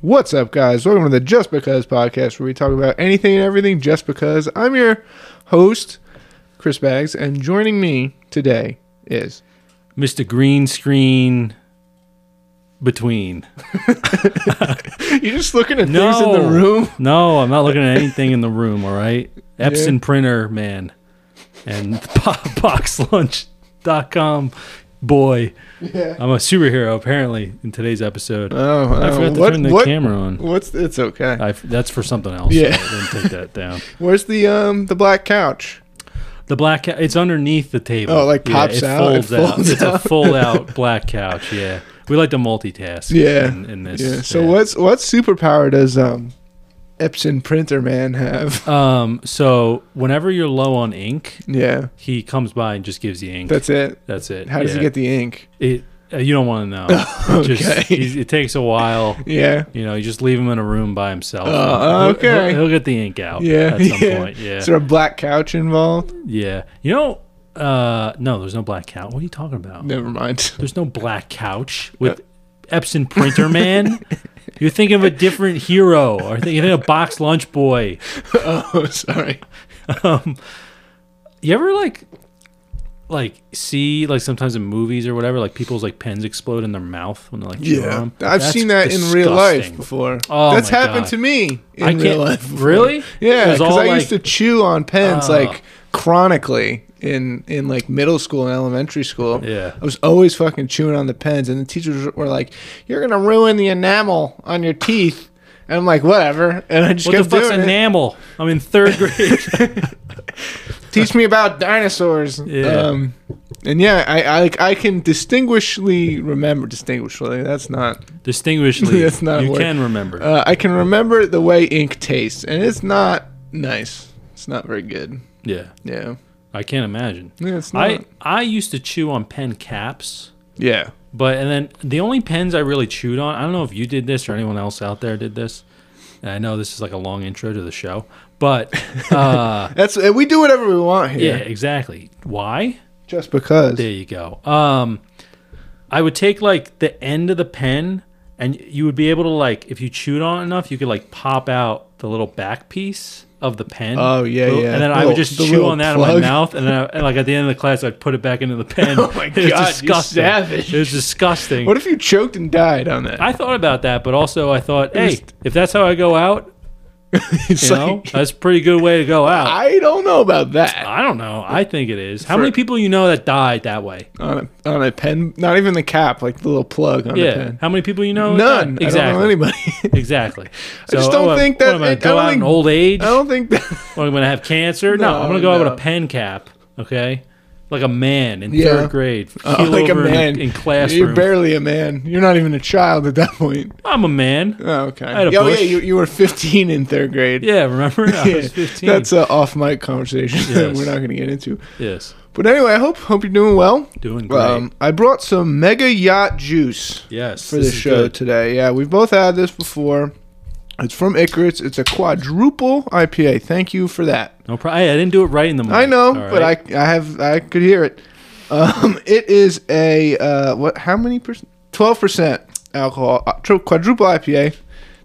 What's up, guys? Welcome to the Just Because podcast, where we talk about anything and everything just because. I'm your host, Chris Bags, and joining me today is Mr. Green Screen Between. you're just looking at No. things in the room. No, I'm not looking at anything in the room, all right? Epson Printer Man and boxlunch.com boy. Yeah. I'm a superhero, apparently, in today's episode. Oh, I uh, forgot to what- turn the Uh, what- camera on. What's it's okay. I, that's for something else. Yeah. so I didn't take that down. Where's the um the black couch? The black ca- it's underneath the table. Oh, it, like, pops it out, Folds it out. folds It's a full out black couch. Yeah, we like to multitask. Yeah. in, in this. Yeah. So what's what superpower does um Epson printer man have? Um. So whenever you're low on ink, Yeah. he comes by and just gives you ink. That's it. That's it. How does he Yeah. get the ink? it? uh, you don't want to know. It just- Okay. he's- it takes a while. Yeah. You know, you just leave him in a room by himself. Oh, He'll- he'll- okay. He'll, get the ink out. Yeah. At some yeah. point. Yeah. Is there a black couch involved? Yeah. You know. Uh. No, there's no black couch. What are you talking about? Never mind. There's no black couch with Epson printer man. You're thinking of a different hero, or think- you're thinking of box lunch boy. Oh, sorry. You ever like, like see like sometimes in movies or whatever, like people's like pens explode in their mouth when they're like, chewing on Yeah, 'em? I've That's seen that in real life disgusting. before. Oh That's my happened God. to me in I real can't life. Before. really. Yeah, It was because all I used to like- chew on pens Oh. like chronically in in like middle school and elementary school. Yeah. I was always fucking chewing on the pens, and the teachers were like, "You're gonna ruin the enamel on your teeth." And I'm like, whatever. And I just What the kept fuck's doing it. enamel? I'm in third grade. Teach me about dinosaurs. Yeah. Um, and yeah, I, I like I can distinguishly remember distinguishly. That's not Distinguishedly, That's not a you word. can remember. Uh, I can remember the way ink tastes, and it's not nice. It's not very good. yeah, Yeah, I can't imagine. yeah it's not. I I used to chew on pen caps. yeah, But and then the only pens I really chewed on, I don't know if you did this or anyone else out there did this. And I know this is like a long intro to the show, but uh, that's uh, we do whatever we want yeah, here. exactly. Why? Just because. There you go. Um, I would take like the end of the pen, and you would be able to like if you chewed on it enough, you could like pop out the little back piece of the pen. Oh, yeah, Little- yeah. And then I Little- would just the chew little on that in plug. my mouth, and then I, and, like at the end of the class, I'd put it back into the pen. Oh my It was God, you disgusting. savage. It was disgusting. What if you choked and died on that? I thought about that, but also I thought, was- hey, if that's how I go out, it's you know, that's a pretty good way to go out. I don't know about that. I don't know. I think it is. How For- many people you know that died that way? On a, on a pen, not even the cap, like the little plug on the Yeah. pen. How many people you know? that None. died? I don't know Exactly. anybody. Exactly. So, just don't oh, think what that- am I I don't go out in think- old age? I Or don't think that. I'm going to have cancer? No, No, I'm going to go out no. with a pen cap. Okay. Like a man in Yeah. third grade, Oh, heel like a over in man in, classroom. You're barely a man. You're not even a child at that point. I'm a man. Oh, okay. had a oh, yeah. bush. You, you were 15 in third grade. Yeah, remember? I Yeah, was 15. That's an off mic conversation that Yes. we're not going to get into. yes, But anyway, I hope hope you're doing well. doing great. Um, I brought some mega yacht juice yes, for this, is show good. today. Yeah, we've both had this before. It's from Icarus. It's a quadruple IPA. Thank you for that. No problem. I didn't do it right in the morning. I know, All but right. I I have I could hear it. Um, it is a uh, what? How many percent? Twelve percent alcohol. uh, tri- Quadruple IPA.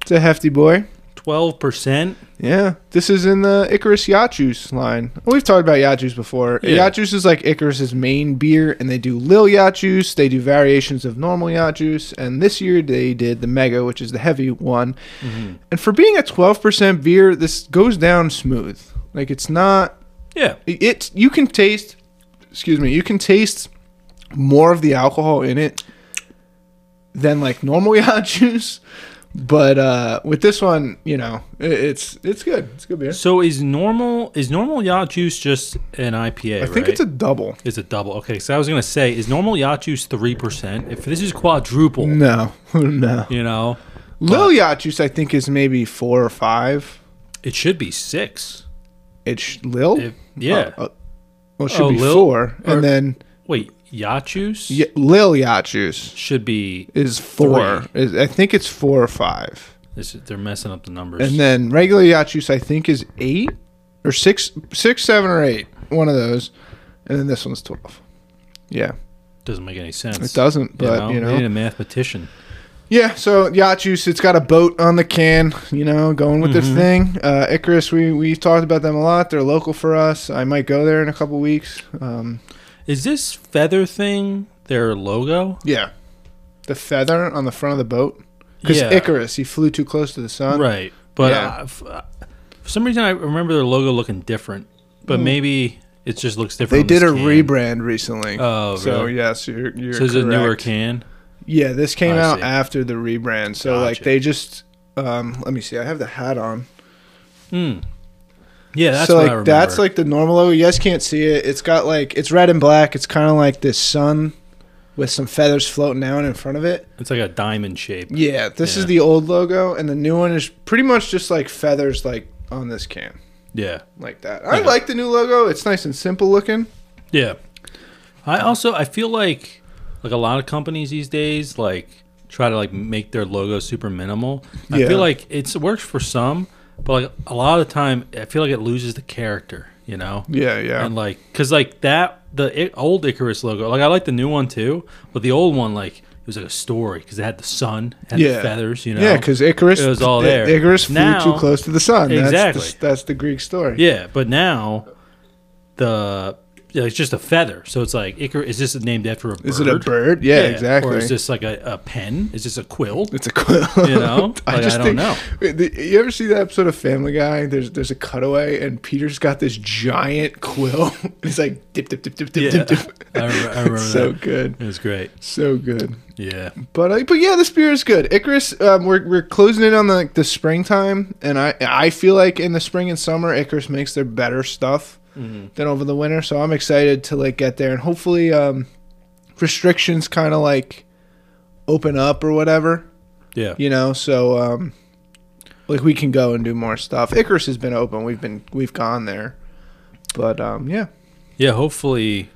It's a hefty boy. twelve percent. Yeah, this is in the Icarus Yacht Juice line. We've talked about Yacht Juice before. Yeah. Yacht Juice is like Icarus's main beer, and they do Lil Yacht Juice. They do variations of normal Yacht Juice, and this year they did the Mega, which is the heavy one. And for being a 12% beer, this goes down smooth. Like it's not. Yeah, It's you can taste. Excuse me. You can taste more of the alcohol in it than like normal Yacht Juice. But uh, with this one, you know, it, it's it's good. It's a good beer. So is normal is normal yacht juice just an IPA? I think it's a double. it's a double. Okay, so I was gonna say is normal yacht juice three percent? If this is quadruple, No, no. you know, Lil Yacht Juice, I think, is maybe four or five. it should be six. It's sh- Lil. If, yeah. Uh, uh, well, it should Oh, be Lil? four, Or- and then Wait, yacht juice y- Lil Yacht Juice should be. is four. Is, I think it's four or five, This, they're messing up the numbers. and then regular Yacht Juice, I think, is eight or six, six, seven or eight. One of those, and then this one's twelve. Yeah, Doesn't make any sense. it doesn't. But you they know, need a mathematician. Yeah, so yacht juice, it's got a boat on the can, you know, going with Mm-hmm. their thing. Uh, Icarus, we we've talked about them a lot. They're local for us. I might go there in a couple weeks. Um, Is this feather thing their logo? yeah, the feather on the front of the boat because Icarus, he flew too close to the sun. right. But Yeah. uh, f- uh, for some reason, I remember their logo looking different. But maybe it just looks Hmm. They different. on did a this can. rebrand recently. Oh, so really? yes, you're you're So it's a correct. newer can. Yeah, this came Oh, I out see. after the rebrand. So like Gotcha. they just um, let me see. I have the hat on. Mm. Yeah, that's so what like I remember. that's like the normal logo. You guys can't see it. It's got like it's red and black. It's kind of like this sun with some feathers floating down in front of it. it's like a diamond shape. Yeah, this is Yeah. the old logo, and the new one is pretty much just like feathers like on this can Yeah, like that. I Yeah. like the new logo. It's nice and simple looking. yeah. I also I feel like like a lot of companies these days like try to like make their logo super minimal. I Yeah. feel like it's it works for some, but like a lot of the time I feel like it loses the character. You know. Yeah, yeah. and like because like that the I- old Icarus logo like I like the new one too but the old one like it was like a story because it had the sun had Yeah. the feathers you know yeah, because Icarus It was all the- there. Icarus flew too Now- close to the sun. That's Exactly. the, that's the Greek story. yeah but now the yeah, it's just a feather so it's like Icarus is this named after a bird Is it a bird? Yeah, or exactly. is this like a, a pen is this a quill It's a quill. You know? Like, I don't know. Wait, the- You ever see that episode of Family Guy? There's there's a cutaway, and Peter's got this giant quill. He's like dip dip dip dip dip yeah dip dip. I, remember, I remember So that good, it was great so good. yeah But uh, but yeah, this beer is good. Icarus, um, we're we're closing in on the the springtime, and I I feel like in the spring and summer, Icarus makes their better stuff than over the winter. So I'm excited to like get there, and hopefully, um, restrictions kind of like open up or whatever yeah you know so um like we can go and do more stuff icarus has been open we've been we've gone there but um yeah yeah hopefully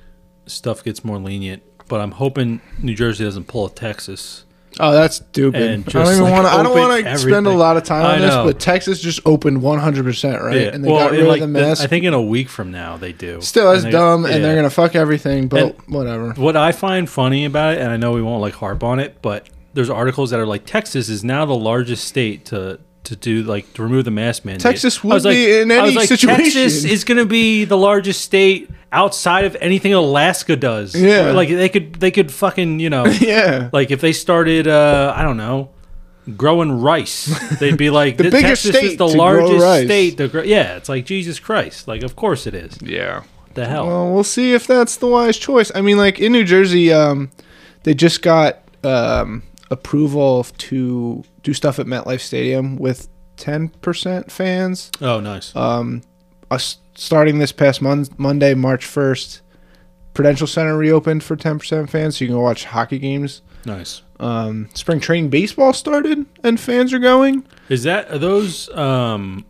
stuff gets more lenient but I'm hoping New Jersey doesn't pull a Texas oh that's stupid And i don't just, even like, want to i don't open want to spend a everything. lot of time I on this know. but texas just opened 100% right Yeah. and they well, got in, rid like, of the the- mess I think in a week from now they do. still that's And they- dumb and they're yeah. gonna fuck everything but whatever What I find funny about it, and I know we won't like harp on it, but there's articles that are like Texas is now the largest state to to do like to remove the mask mandate. Texas I was would be in I was any situation. Texas is going to be the largest state outside of anything Alaska does. Yeah. like they could they could fucking you know yeah like if they started uh I don't know. Growing rice, they'd be like the biggest Texas is state the to grow largest rice. state. To grow. Yeah, it's like Jesus Christ. Like, of course it is. yeah The hell. Well, we'll see if that's the wise choice. I mean, like in New Jersey, um, they just got um, approval to do stuff at MetLife Stadium with 10% fans. Oh, nice. uh, Us starting this past mon- Monday, March 1st, Prudential Center reopened for 10% fans, so you can go watch hockey games. nice. Um, spring training baseball started, and fans are going. Is that are those um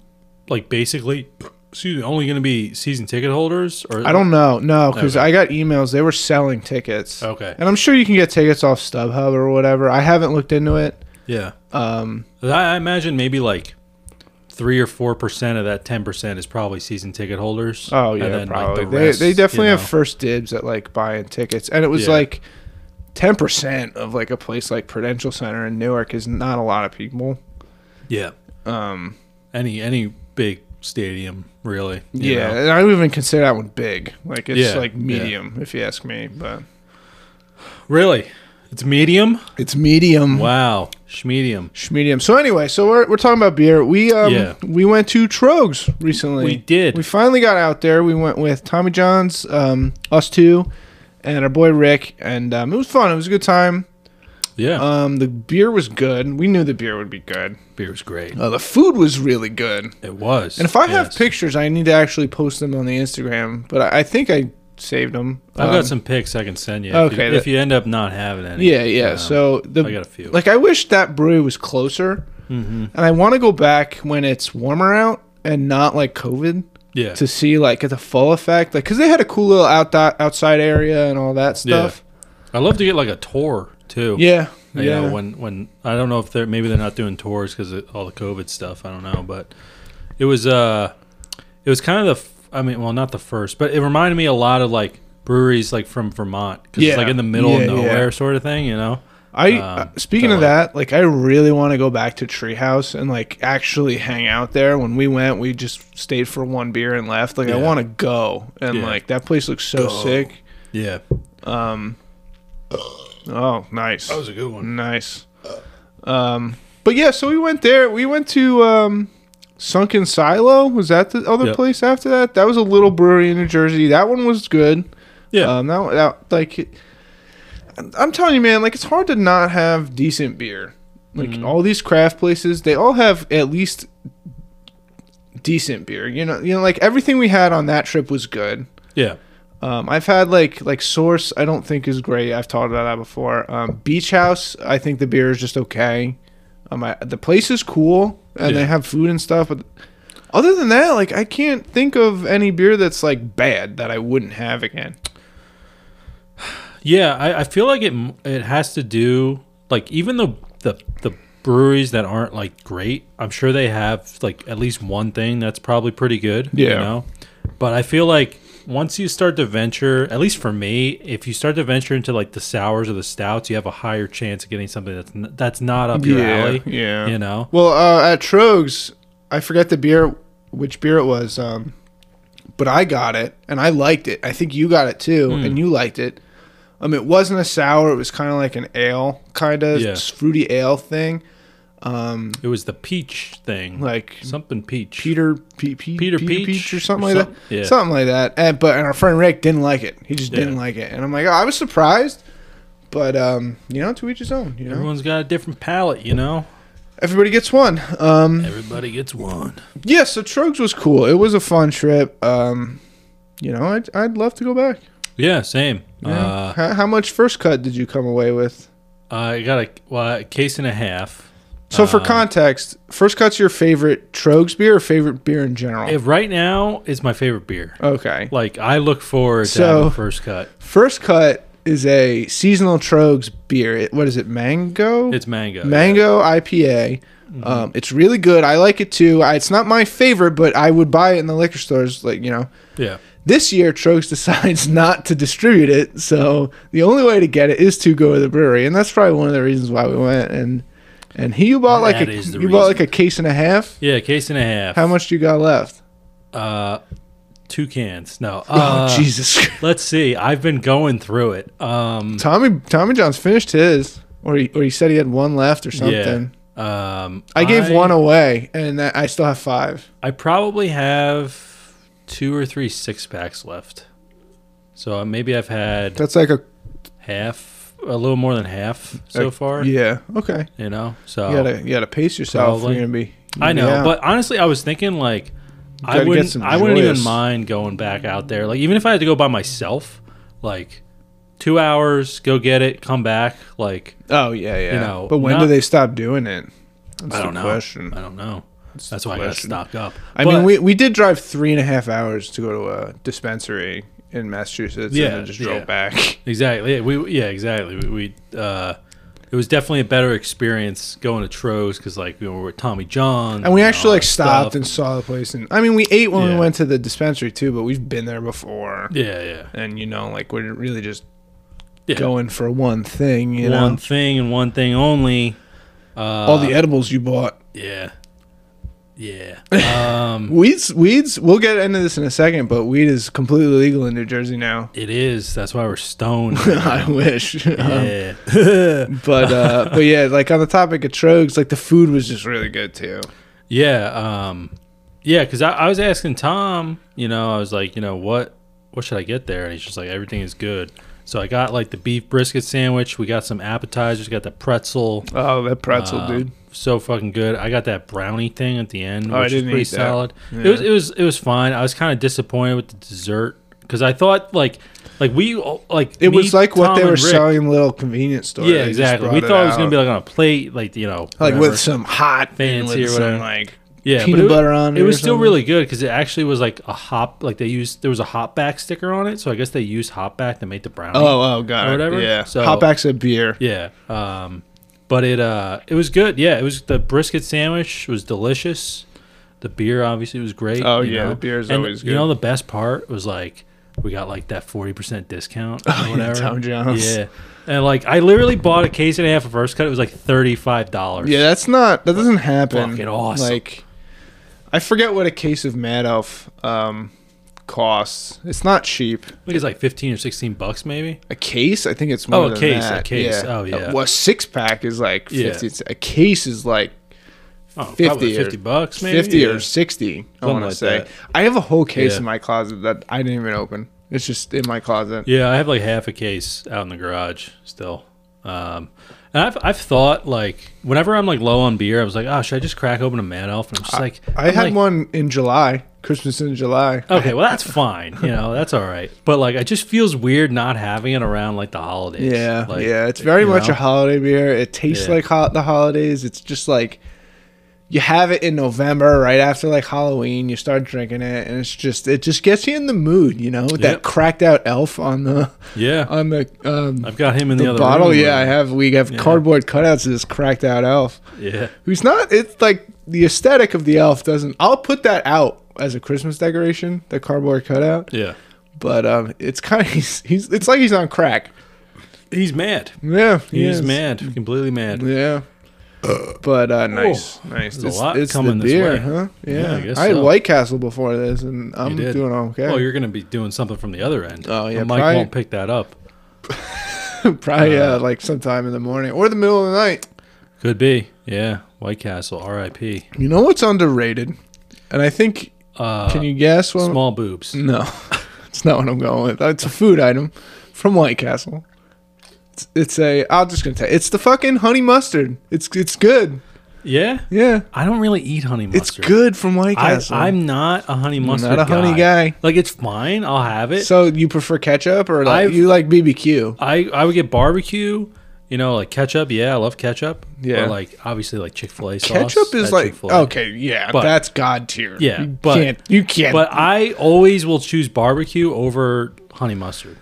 like basically excuse me, only going to be season ticket holders or I don't know, no, because Okay. I got emails they were selling tickets, Okay. and I'm sure you can get tickets off StubHub or whatever. I haven't looked into it. Yeah. Um, I I imagine maybe like 3 or 4% of that 10% is probably season ticket holders. Oh And yeah, then, like, probably. the rest, they, they definitely you know. have first dibs at like buying tickets, and it was Yeah. like ten percent of like a place like Prudential Center in Newark is not a lot of people. Yeah. Um, Any any big stadium really. you yeah, know? and I don't even consider that one big. Like it's Yeah, like yeah. medium, if you ask me. But Really? It's medium? it's medium. Wow. Schmedium. Medium. So anyway, so we're, we're talking about beer. We um Yeah. we went to Trogs recently. We did. We finally got out there. We went with Tommy John's, um, us two, and our boy Rick, and um, it was fun. It was a good time. yeah. Um, the beer was good. We knew the beer would be good. Beer's great. Uh, the food was really good. It was. And if I have yes. pictures, I need to actually post them on the Instagram. But I, I think I saved them. I've Um, got some pics I can send you. if okay, you, that- if you end up not having any. Yeah, yeah. um, so the I got a few. like I wish that brewery was closer. Mm-hmm. And I want to go back when it's warmer out and not like COVID yeah. to see like the full effect. Like because they had a cool little out outside area and all that stuff. I love to get like a tour too. Yeah, yeah. You know, when when I don't know if they're maybe they're not doing tours because of all the COVID stuff. I don't know, but it was uh, it was kind of the f- I mean, well, not the first, but it reminded me a lot of like breweries like from Vermont because Yeah. it's like in the middle Yeah, of yeah. nowhere sort of thing. You know, I Um, uh, speaking so, of like- that, like I really want to go back to Treehouse and like actually hang out there. When we went, we just stayed for one beer and left. Like I Yeah. want to go, and Yeah. like that place looks so Go. sick. Yeah, Oh, nice, a good one. nice. Um, but yeah, so we went there. We went to um, Sunken Silo. Was that the other Yep. place after that? That was a little brewery in New Jersey. That one was good. Yeah, Um, that, that like, it- I'm telling you, man, like it's hard to not have decent beer. Like Mm-hmm. all these craft places, they all have at least decent beer. You know, you know, like everything we had on that trip was good. yeah, Um, I've had like like Source, I don't think is great. I've talked about that before. Um, Beach House, I think the beer is just okay. Um, I, the place is cool and Yeah. they have food and stuff, but other than that, like I can't think of any beer that's like bad that I wouldn't have again. yeah. I, I feel like it. m- It has to do like even the the the breweries that aren't like great. I'm sure they have like at least one thing that's probably pretty good. You Yeah. know, but I feel like once you start to venture, at least for me, if you start to venture into like the sours or the stouts, you have a higher chance of getting something that's n- that's not up your Yeah, alley. yeah. you know. Well, uh, at Trogs, I forget the beer, which beer it was, um, but I got it and I liked it. I think you got it too, Hmm. and you liked it. Um, it wasn't a sour; it was kind of like an ale, kind of Yeah. fruity ale thing, It was the peach thing, like something peach. Peter Pe- Pe- Peter Peter Peach Peach, or or something like some- that. yeah. Something like that. And but and our friend Rick didn't like it. He just didn't Yeah. like it, and I'm like, oh, I was surprised. But um, you know, to each his own. You know, Everyone's got a different palate, you know. everybody gets one. Um, Everybody gets one. Yeah, so Trogs was cool. It was a fun trip. Um, you know, I'd, I'd love to go back. Yeah, same. Yeah. Uh, how, how much first cut did you come away with? I got a, well, a case and a half. So for Um, context, first cut's your favorite Trogs beer or favorite beer in general? If right now is my favorite beer. okay. Like I look forward to So- having first cut. First cut is a seasonal Trogs beer. It, what is it? Mango? It's uh, Mm-hmm. mango. Mango IPA. Um, it's really good. I like it too. I, it's not my favorite, but I would buy it in the liquor stores. Like you know, Yeah. This year, Trogs decides not to distribute it, so the only way to get it is to go to the brewery, and that's probably one of the reasons why we went. And and he you bought like That a, is you the bought like a case and a half. Yeah, case and a half. How much do you got left? Uh, two cans. No. Uh, oh Jesus! Let's see. I've been going through it. Um, Tommy Tommy John's finished his, or he, or he said he had one left or something. yeah. Um, I gave one away, and that, I still have five. I probably have two or three six packs left. So uh, maybe I've had That's like a half, a little more than half so like- far. Uh, Yeah. Okay. You know, so You gotta you gotta pace yourself. Oh. Probably. You're gonna be. I know, yeah. but honestly, I was thinking like gotta I get wouldn't, some I wouldn't even joyous- mind going back out there. Like even if I had to go by myself, like two hours, go get it, come back. Like oh yeah yeah. know, but when not- do they stop doing it? That's I the don't know. question. I don't know. That's the why question. I gotta stock up. I But- mean, we, we did drive three and a half hours to go to a dispensary in Massachusetts Yeah, and then just drove yeah. back. exactly. Yeah, we yeah exactly. We, we uh, it was definitely a better experience going to Tro's because like we were with Tommy John And we actually like stopped and and saw the place. And I mean, we ate when Yeah. we went to the dispensary too, but we've been there before. all that stuff. yeah yeah. And you know, like we're really just Yeah. going for one thing. You one know, thing and one thing only. all the edibles you bought. Yeah. Yeah. Um, Weeds, weeds. We'll get into this in a second, but weed is completely legal in New Jersey now. it is. That's why we're stoned. I wish. Um, yeah. but uh, but yeah, like on the topic of trogs, like the food was just really good too. yeah. Um, yeah. Cause I, I was asking Tom, you know, I was like, you know, what, what should I get there? And he's just like, everything is good. So I got like the beef brisket sandwich. We got some appetizers. Got the pretzel. Oh, that pretzel, Um, dude. So fucking good. I got that brownie thing at the end, which Oh, I was didn't pretty eat that. solid. It Yeah. was it was it was fine. I was kind of disappointed with the dessert because I thought like like we like It me, was like what Tom, they and were Rick- selling in little convenience stores. Yeah, exactly. We thought it was gonna be like on a plate, like you know, like whatever. with some hot Fancy with or whatever. some, like yeah, but peanut it, wa- butter on It it was or still something. really good because it actually was like a hop. Like they used there was a hop back sticker on it, so I guess they used hop back to make the brownie. oh oh god Or whatever. yeah. So- Hopback's a beer. yeah. Um, but it uh it was good. Yeah, it was the brisket sandwich was delicious. The beer obviously was great. Oh, you yeah, know? the beer is And always You good. know the best part was like we got like that 40% discount or whatever. Oh, Tom Jones. Yeah. And like I literally bought a case and a half of first cut. It was like $35. Yeah, that's not that doesn't happen. Fucking awesome. Like I forget what a case of Mad Elf um costs. It's not cheap. I think it's like 15 or 16 bucks maybe. A case, I think it's more Oh, a than case, a that. case. Oh, yeah. Well, a six pack is like Yeah. 50. It's- A case is like Oh, probably 50 or- 50 bucks maybe. 50 Yeah. or 60, I Something want to like say. that. I have a whole case Yeah. in my closet that I didn't even open. It's just in my closet. Yeah, I have like half a case out in the garage still. Um, and I've, I've thought like whenever I'm like low on beer, I was like, oh, should I just crack open a Mad Elf? And I'm just like, I I'm had like, Oh. one in July, Christmas in July. Okay, well that's fine. You know, that's all right. But like, it just feels weird not having it around like the holidays. Yeah, like, yeah. It's very you much know? a holiday beer. It tastes Yeah. like ho- the holidays. It's just like you have it in November, right after like Halloween. You start drinking it, and it's just it just gets you in the mood, you know. with That Yep. cracked out elf on the yeah. on the um, I've got him in the, the other bottle. room, Yeah, I like- have. We have cardboard cutouts of this cracked out elf. yeah. Who's not? It's like the aesthetic of the elf doesn't. I'll put that out as a Christmas decoration, the cardboard cutout. Yeah. But um, it's kind of he's, he's it's like he's on crack. He's mad. Yeah, he He's is. mad. Completely mad. Yeah. But uh, nice, nice. There's a lot coming the this beer, way. huh? Yeah, Yeah, I I, guess had so. White Castle before this, and I'm did. Oh, doing okay. Well, you're gonna be doing something from the other end. Oh, yeah, But Mike probably- won't pick that up. probably uh, like sometime in the morning or the middle of the night. Could be. Yeah. White Castle. R.I.P. You know what's underrated, and I think Uh, can you Mm. guess what? small boobs. no, it's not what I'm going with. It's a food item from White Castle. It's, it's a. I'm just gonna tell. You, it's the fucking honey mustard. It's it's good. Yeah. Yeah, I don't really eat honey it's mustard. good from White I, Castle. I'm not a honey mustard. not a honey guy. Like it's fine. I'll have it. So you prefer ketchup or like I've- you like BBQ? I I would get barbecue. You know, like ketchup. Yeah, I love ketchup. Yeah. Or like obviously like Chick Fil A sauce. Ketchup is at like Chick-fil-A. okay, yeah, But- that's god tier. Yeah, you but- can't, you can't. But I always will choose barbecue over honey mustard.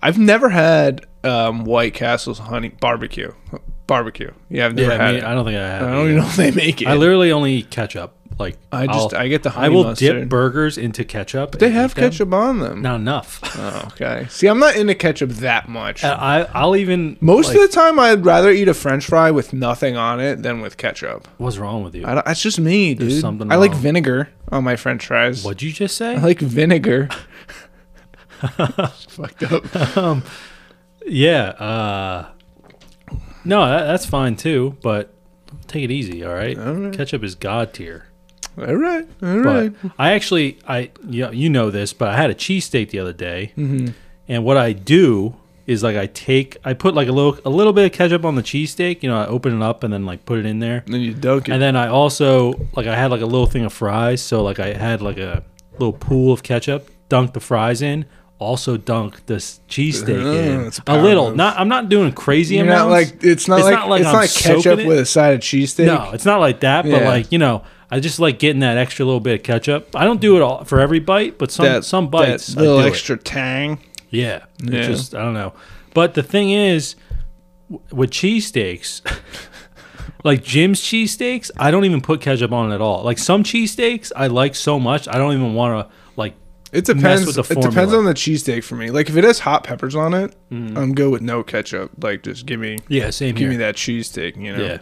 I've never had um, White Castle's honey barbecue. Barbecue, yeah, I've never Yeah, I had mean, it. I don't think I have. I it don't either. even know if they make it. I literally only eat ketchup. Like I just- I'll- I get the I honey will dip mustard. burgers into ketchup. they and have eat them. ketchup on them. Not enough. Oh, okay. See, I'm not into ketchup that much. And I I'll even Most like, of the time, I'd rather eat a French fry with nothing on it than with ketchup. what's wrong with you? I don't, that's just me, dude. something I like wrong. vinegar on my French fries. What'd you just say? I like vinegar. Fucked up. Yeah. Uh, no, that, that's fine too, but take it easy. All right. Ketchup is god tier. All right, all right. But I actually, I you know, you know this, but I had a cheesesteak the other day, and what I do is like I take, I put like a little, a little bit of ketchup on the cheesesteak. You know, I open it up and then like put it in there, then you dunk it. and then I also like I had like a little thing of fries, so like I had like a little pool of ketchup, dunked the fries in, also dunked this cheesesteak Mm, in it's a a power little. move. Not I'm not doing crazy You're amounts. not like it's not like, it's I'm not ketchup soaking it. with a side of cheesesteak. No, it's not like that, but Yeah. like, you know, I just like getting that extra little bit of ketchup. I don't do it all for every bite, but some that some that bites I little do it. extra tang. Yeah. It Yeah. just I don't know. But the thing is w- with cheesesteaks, like Jim's cheesesteaks, I don't even put ketchup on it at all. Like some cheesesteaks I like so much, I don't even want to like It Mess depends. with the it depends formula. Mm. on the cheesesteak for me. Like if it has hot peppers on it, I'm good with no ketchup. Like just give me yeah, same give here. me that cheesesteak. You know, Yeah.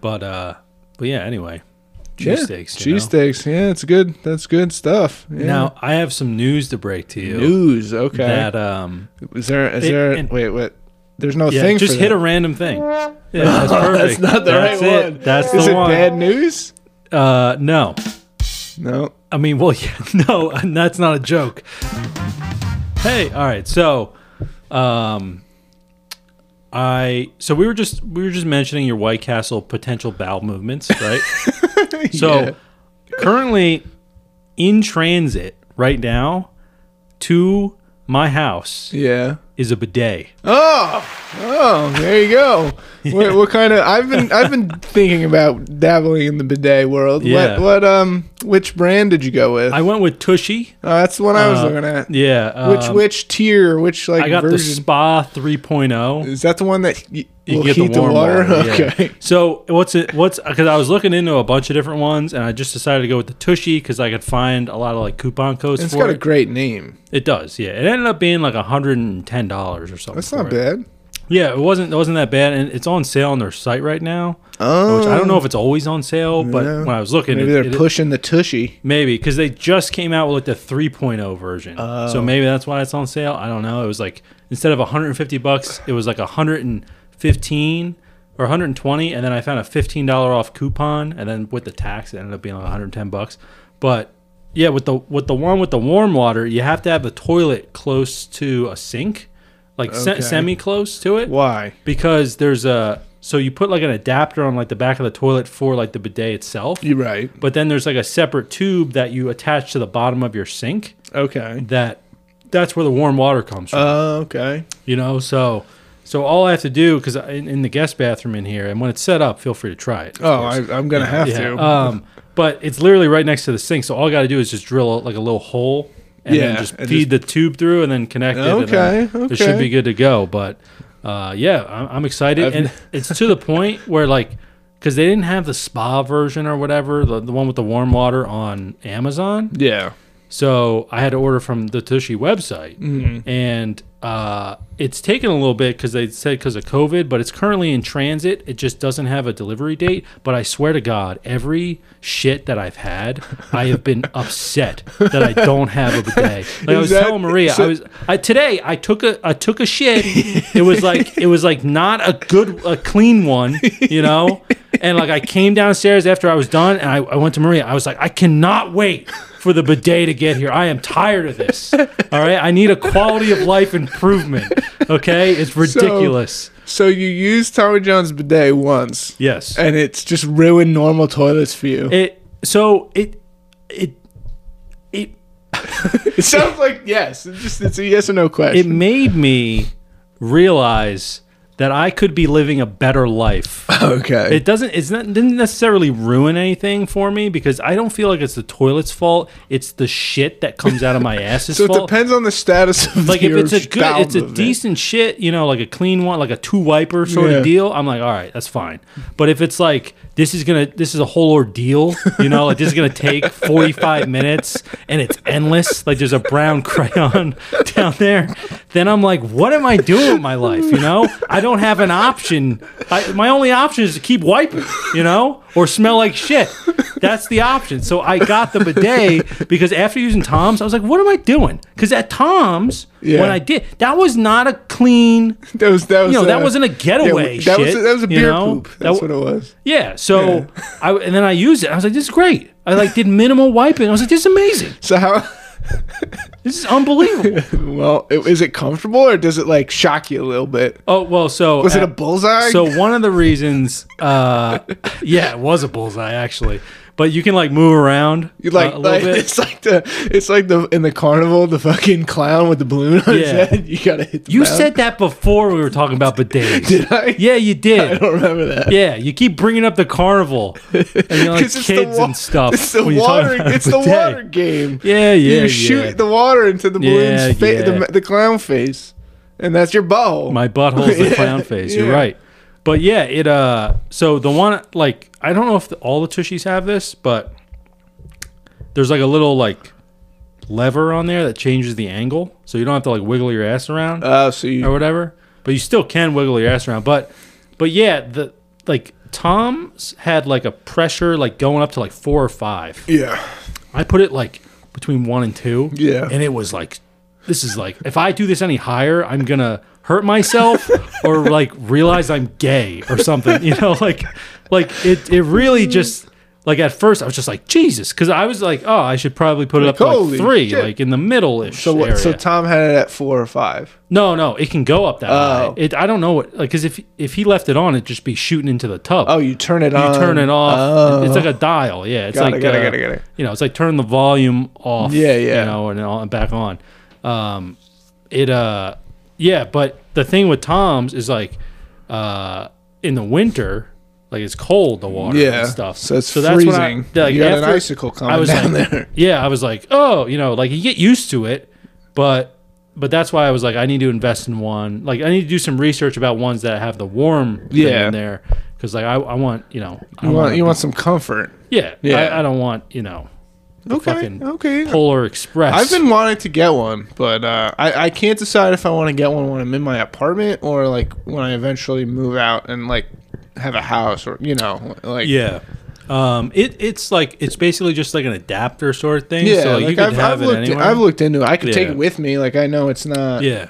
But uh but yeah, anyway. Yeah, Cheesesteaks. you know? cheesesteaks. Yeah, it's good. That's good stuff. Yeah. Now, I have some news to break to you. news. Okay, That um is there is it- there and- wait wait. There's no Yeah, thing. just for hit that. a random thing. Yeah, that's perfect. not the right it. one. That's Is the it one. bad news? Uh, no, No. I mean, well, yeah, no, and that's not a joke. Hey, all right, so, um, I so we were just we were just mentioning your White Castle potential bowel movements, right? so, Yeah. currently in transit right now to my house Yeah. is a bidet. Oh, oh, there you go. What, what kind of? I've been I've been thinking about dabbling in the bidet world. Yeah. What what um Which brand did you go with? I went with Tushy. Uh, that's the one I was Uh, looking at. Yeah. which um, which tier? Which like I got the version? Spa oh. 3.0. Is that the one that y- You will get the heat the, warm water? water, yeah. Okay. So what's it? What's because I was looking into a bunch of different ones, and I just decided to go with the Tushy because I could find a lot of like coupon codes It's for got a it. great name. it does, yeah. It ended up being like hundred and ten dollars or something. That's for not it. bad. Yeah, it wasn't. It wasn't that bad, and it's on sale on their site right now. Oh, Which I don't know if it's always on sale, but Yeah. when I was looking, maybe it, they're it- pushing the tushy. maybe because they just came out with like the 3.0 version, Oh. so maybe that's why it's on sale. I don't know. It was like instead of 150 bucks, it was like 115 or 120, and then I found a 15 dollar off coupon, and then with the tax, it ended up being like 110 bucks. But yeah, with the with the one with the warm water, you have to have the toilet close to a sink, like Okay. semi close to it Why? because there's a so you put like an adapter on like the back of the toilet for like the bidet itself You're right. but then there's like a separate tube that you attach to the bottom of your sink Okay. that that's where the warm water comes from Uh, okay. you know so so all i have to do because in, in the guest bathroom in here and when it's set up feel free to try it of Oh, course. I, I'm gonna have yeah to. um but it's literally right next to the sink so all i gotta do is just drill like a little hole and Yeah, then just and feed the tube through and then connect it and then- okay. it should be Okay. good to go. But uh, yeah, I'm, I'm excited, I've- and it's to the point where like because they didn't have the spa version or whatever, the, the one with the warm water on Amazon, Yeah. so I had to order from the Tushy website, Mm-hmm. and uh, it's taken a little bit because they said because of COVID, but it's currently in transit. It just doesn't have a delivery date. But I swear to God, every shit that I've had, I have been upset that I don't have a bidet. Like I was Is that- telling Maria, I so- was I, today. I took a I took a shit. it was like it was like not a good a clean one, you know. And like I came downstairs after I was done, and I, I went to Maria. I was like, I cannot wait for the bidet to get here. I am tired of this. All right, I need a quality of life improvement. Okay, it's ridiculous. So you used Tommy John's bidet once, yes. and it's just ruined normal toilets for you. It so it it it It sounds like yes. It's just it's a yes or no it question. made me realize that I could be living a better life. okay. It doesn't. It's not. Didn't necessarily ruin anything for me because I don't feel like it's the toilet's fault. It's the shit that comes out of my ass's so it fault. depends on the status of Like if your it's a good, bowel it's a movement. decent shit. You know, like a clean one, like a two wiper sort Yeah. of deal. I'm like, all right, that's fine. But if it's like this is gonna, this is a whole ordeal. You know, like this is gonna take 45 minutes and it's endless. Like there's a brown crayon down there. Then I'm like, what am I doing with my life? You know, I don't have an option. I, my only option is to keep wiping. You know, or smell like shit. That's the option. So I got the bidet because after using Tom's, I was like, what am I doing? Because at Tom's, Yeah. when I did, that was not a clean That was that was you know, that uh, wasn't a getaway Yeah, that was shit, that was a you beer know? poop. That That's w- what it was. yeah. So I and then I used it. I was like, this is great. I like did minimal wiping. I was like, this is amazing. So how? This is unbelievable. Well, i- is it comfortable or does it like shock you a little bit? oh well, so Was it a at- bullseye? So one of the reasons, uh, yeah, it was a bullseye actually. But you can like move around You like, uh, a like little bit. it's like the it's like the in the carnival the fucking clown with the balloon on his Yeah. head. You gotta hit. The You ground. said that before we were talking about bidets. Did I? Yeah, you did. I don't remember that. Yeah, you keep bringing up the carnival and you know, like 'Cause it's the kids wa- and stuff. It's the when you're talking water. about It's the bidet. water game. Yeah, yeah, you yeah. shoot the water into the balloon's Yeah, face, yeah. the, the clown face, and that's your butthole. My butthole's the Yeah, clown face. You're yeah. right. But yeah, it uh. So the one like I don't know if the, all the tushies have this, but there's like a little like lever on there that changes the angle, so you don't have to like wiggle your ass around Oh, so or you whatever. But you still can wiggle your ass around. But but yeah, the like Tom's had like a pressure like going up to like four or five. yeah. I put it like between one and two. Yeah. And it was like, this is like, if I do this any higher, I'm going to hurt myself or like realize I'm gay or something, you know, like, like it, it really just, like at first I was just like, Jesus. Cause I was like, oh, I should probably put it up to holy like three, shit. like in the middle ish. So what? So area. Tom had it at four or five. no, no, it can go up that Oh. high. It, I don't know what, like, cause if, if he left it on, it'd just be shooting into the tub. Oh, you turn it you on. turn it off. Oh. It's like a dial. Yeah. It's Got it, like, got it, uh, got it, got it. you know, it's like turn the volume off. Yeah, yeah. You know, and on, back on. Um, it uh, yeah. But the thing with Tom's is like, uh, in the winter, like it's cold the water yeah and stuff. So it's that's when I- freezing. like, you got an after- icicle coming I was down like, there. Yeah, I was like, oh, you know, like you get used to it, but but that's why I was like, I need to invest in one. Like I need to do some research about ones that have the warm thing Yeah. in there because like I, I want you know I You want wanna you be- want some comfort. yeah Yeah. I, I don't want you know the Okay. fucking Okay. Polar Express. I've been wanting to get one, but uh, I, I can't decide if I want to get one when I'm in my apartment or like when I eventually move out and like have a house or you know like yeah. Um, it it's like it's basically just like an adapter sort of thing. yeah. so like, like, you could I've, have I've it looked anywhere. I've looked into it. I could take Yeah. it with me. Like I know it's not. Yeah.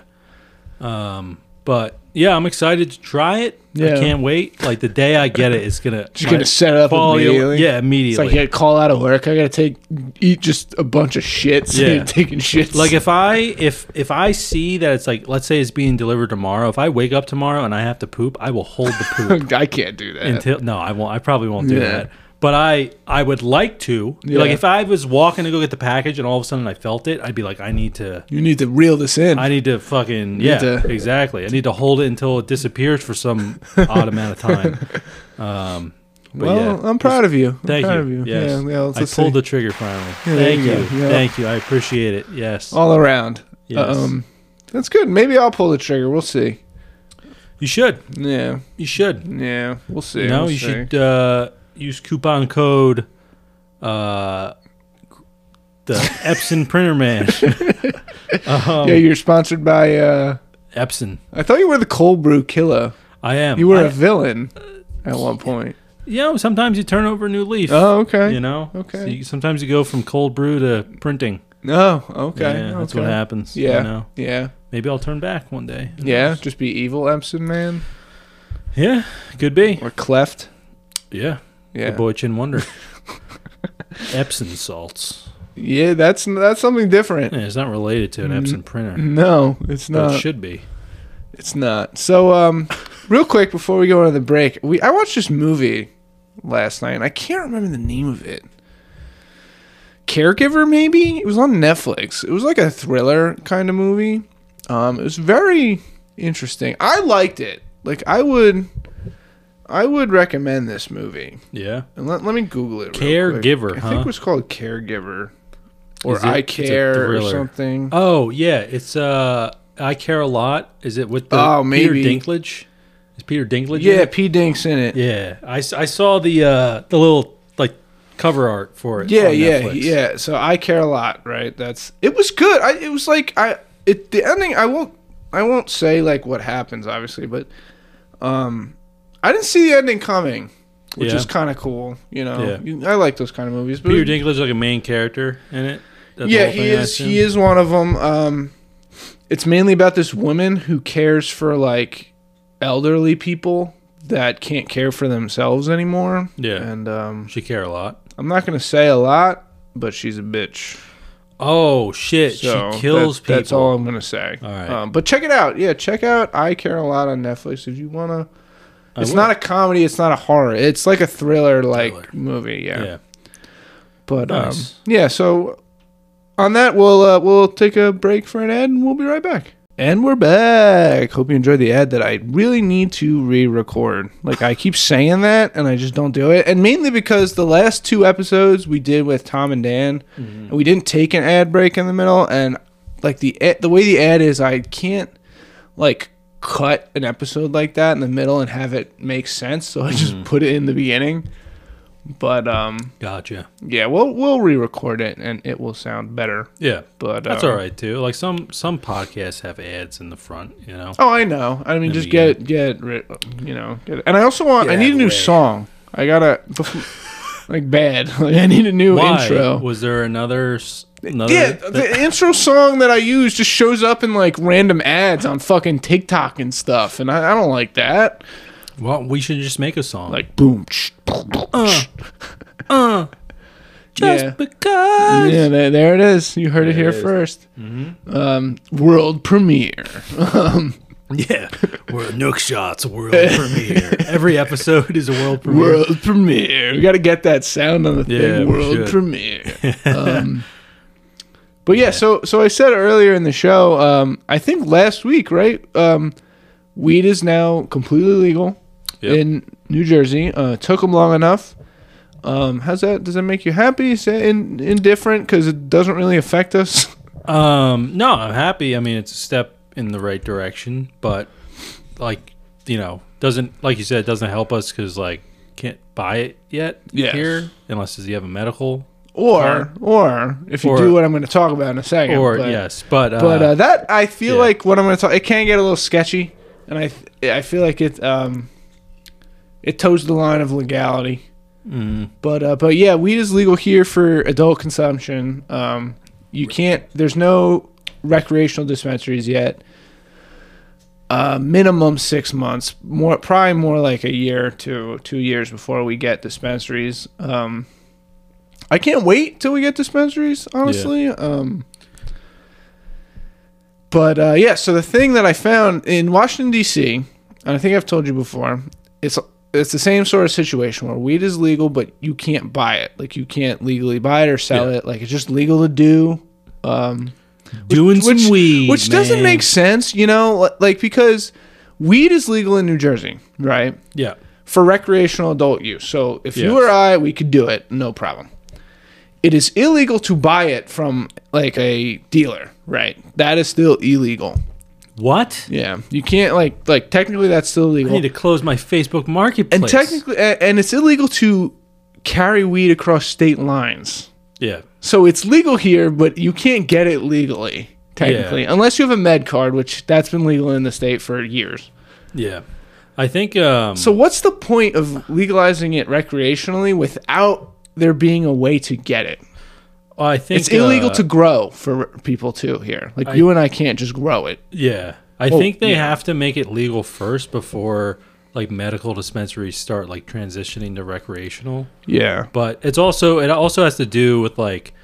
Um, but yeah, I'm excited to try it. I Yeah. can't wait. Like the day I get it, it's gonna Just gonna set it up immediately. Yeah, It's immediately. like yeah, call out of work. I gotta take eat just a bunch of shits. Yeah. Yeah, taking shits. like if I if if I see that it's like let's say it's being delivered tomorrow, if I wake up tomorrow and I have to poop, I will hold the poop I can't do that. until no, I won't. I probably won't do Yeah. that. But I I would like to. Like Yeah. if I was walking to go get the package and all of a sudden I felt it, I'd be like, I need to you need to reel this in. I need to fucking yeah, to- exactly. I need to hold it until it disappears for some odd amount of time. Um, but well, yeah. I'm proud of you. I'm Thank proud you. of you. Yes. Yeah, yeah, let's- I pulled let's see. the trigger finally. Yeah, there Thank you. you go. Yeah. Oh. Thank you. I appreciate it. Yes. all around. Yes. Um, that's good. Maybe I'll pull the trigger. We'll see. You should. Yeah, You should. yeah, we'll see. You know, we'll you see. should uh, use coupon code uh, the Epson printer man. um, yeah, you're sponsored by. uh Epson. I thought you were the cold brew killer. I am. You were a I, villain at one point. you know, sometimes you turn over a new leaf. Oh, okay. you know Okay. So you, sometimes you go from cold brew to printing No, Oh, okay. yeah, that's what okay. happens Yeah. you know Yeah, maybe i'll turn back one day yeah. Just be evil, Epson man, yeah could be or cleft. yeah, Yeah, the boy chin wonder epson salts yeah. That's that's something different. yeah, it's not related to an Mm. epson printer No, it's but not. it should be It's not. So, um, real quick before we go into the break, we I watched this movie last night. And I can't remember the name of it. Caregiver, maybe it was on Netflix. It was like a thriller kind of movie. Um, it was very interesting. I liked it. Like I would, I would recommend this movie. yeah And let, let me Google it. real quick. Caregiver, I think huh? it was called Caregiver, or Is it- I it's a Care, or thriller. something. oh yeah it's uh i care a lot is it with the Oh, maybe. peter dinklage is peter dinklage in yeah, it? P. Dink's in it. yeah I, s- I saw the uh the little like cover art for it Yeah, on yeah, Netflix. yeah. So I care a lot, right? That's it was good. I it was like I it the ending. I won't I won't say like what happens, obviously, but um, I didn't see the ending coming, which Yeah. is kind of cool. You know, Yeah. You- I like those kind of movies. But peter dinklage is like a main character in it That's the yeah, whole he thing, I is. assume? He is one of them. Um, it's mainly about this woman who cares for like elderly people that can't care for themselves anymore. Yeah. and um, She care a lot. I'm not gonna say a lot, but she's a bitch. Oh shit! So she kills that- people. That's all I'm gonna say. All right. Um, but check it out. Yeah, check out I Care a Lot on Netflix if you wanna. I It's will. not a comedy. It's not a horror. It's like a thriller like Thriller. movie. Yeah. Yeah. But Nice. um, yeah. So on that, we'll uh, we'll take a break for an ad, and we'll be right back. And we're back. Hope you enjoyed the ad that I really need to re record. Like, I keep saying that and I just don't do it. And mainly because the last two episodes we did with Tom and Dan, and we didn't take an ad break in the middle. And, like, the ad, the way the ad is, I can't, like, cut an episode like that in the middle and have it make sense. So I just put it in the beginning. But, um, Gotcha. yeah, we'll we'll re-record it and it will sound better. Yeah. But That's um, all right too. Like some some podcasts have ads in the front. You know. Oh, I know. I mean, the just get get ri- you know. Get it. And I also want. Get I out need a of new the way. song. I gotta bef- like bad. Like, I need a new Why intro. was there another? s- another Yeah, that- the intro song that I use just shows up in like random ads on fucking TikTok and stuff, and I, I don't like that. well, we should just make a song. Like boom, tsh, boom, boom, Uh, tsh. just yeah. because. yeah, there, there it is. You heard it There here it is. Mm-hmm. 1st Um, world premiere. Yeah. We're Nook Shots world premiere. Every episode is a world premiere. World premiere. We got to get that sound on the Yeah, we thing. World should. premiere. Um, but yeah, so so I said earlier in the show, um, I think last week, right? Um, weed is now completely legal Yep. in New Jersey. Uh, took them long enough. Um, how's that? Does that make you happy? Is that in, indifferent? Because it doesn't really affect us. Um, no, I'm happy. I mean, it's a step in the right direction, but like you know, doesn't like you said, it doesn't help us because like can't buy it yet Yes. here unless you have a medical Or, or if you Or- do what I'm going to talk about in a second. or but- yes, but uh, But uh, that I feel yeah. like what I'm going to talk. It can get a little sketchy, and I th- I feel like it um it toes the line of legality. mm, But uh, but yeah, weed is legal here for adult consumption. Um, you can't. There's no recreational dispensaries yet. Uh, minimum six months, more probably more like a year to two years before we get dispensaries. Um, I can't wait till we get dispensaries, honestly. Um, but uh, yeah, so the thing that I found in Washington D.C., and I think I've told you before, it's it's the same sort of situation where weed is legal, but you can't buy it. Like you can't legally buy it or sell Yeah. it. Like it's just legal to do. Um, doing which, some weed, which doesn't man. make sense, you know, li- like because weed is legal in New Jersey, right? yeah. For recreational adult use. So if you Yes. or I, we could do it, no problem. It is illegal to buy it from like a dealer, right? That is still illegal. What? Yeah, you can't like like technically that's still I illegal. need to close my Facebook Marketplace. and technically, a- and it's illegal to carry weed across state lines. yeah, So it's legal here, but you can't get it legally technically, unless you have a med card, which that's been legal in the state for years. yeah. I think um, So what's the point of legalizing it recreationally without there being a way to get it? I think It's illegal uh, to grow for people too here. Like you and I can't just grow it. Yeah, I think they Oh, yeah. have to make it legal first before like medical dispensaries start like transitioning to recreational. Yeah. But it's also it also has to do with like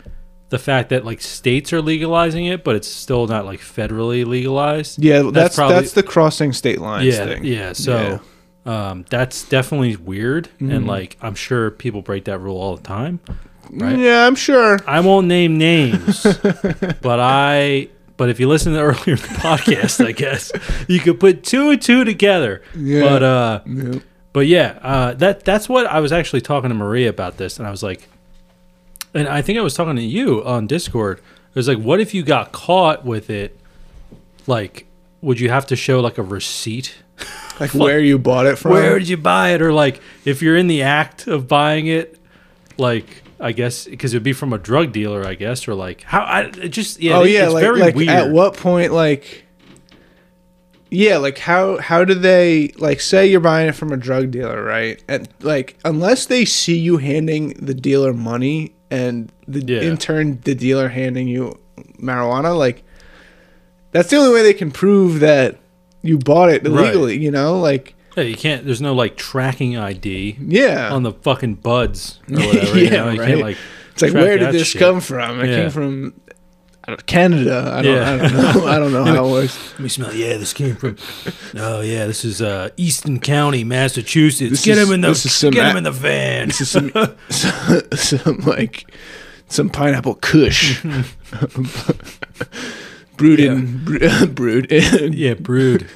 the fact that like states are legalizing it, but it's still not like federally legalized. Yeah, that's that's, probably- the crossing state lines yeah, thing. yeah. So Um, that's definitely weird, and Mm-hmm. like I'm sure people break that rule all the time. right. Yeah, I'm sure. I won't name names, but I. But if you listen to earlier in the podcast, I guess you could put two and two together. Yeah. But uh, Yep. but yeah, uh, that that's what I was actually talking to Maria about this, and I was like, and I think I was talking to you on Discord. I was like, what if you got caught with it? Like, would you have to show like a receipt? Like where you bought it from. Where did you buy it? Or like, if you're in the act of buying it, like. I guess because it'd be from a drug dealer, I guess, or like how I it just yeah. oh it- yeah, it's like, very like weird. at what point like yeah, like how how do they like say you're buying it from a drug dealer, right? And like unless they see you handing the dealer money and the Yeah. in turn the dealer handing you marijuana, like that's the only way they can prove that you bought it illegally, you know? Like Yeah, you can't. There's no like tracking ID yeah. on the fucking buds or whatever. you Yeah, know? you right. can't like. it's like track where did that this shit. come from? It Yeah. came from I don't- Canada. I don't, Yeah. I don't know. I don't know how it works. Let me smell. Yeah, this came from. Oh yeah, this is uh, Easton County, Massachusetts. This get is- him in the this is some get him a- in the van. to some, some, some like some pineapple kush brewed in bre- brewed in yeah, brood.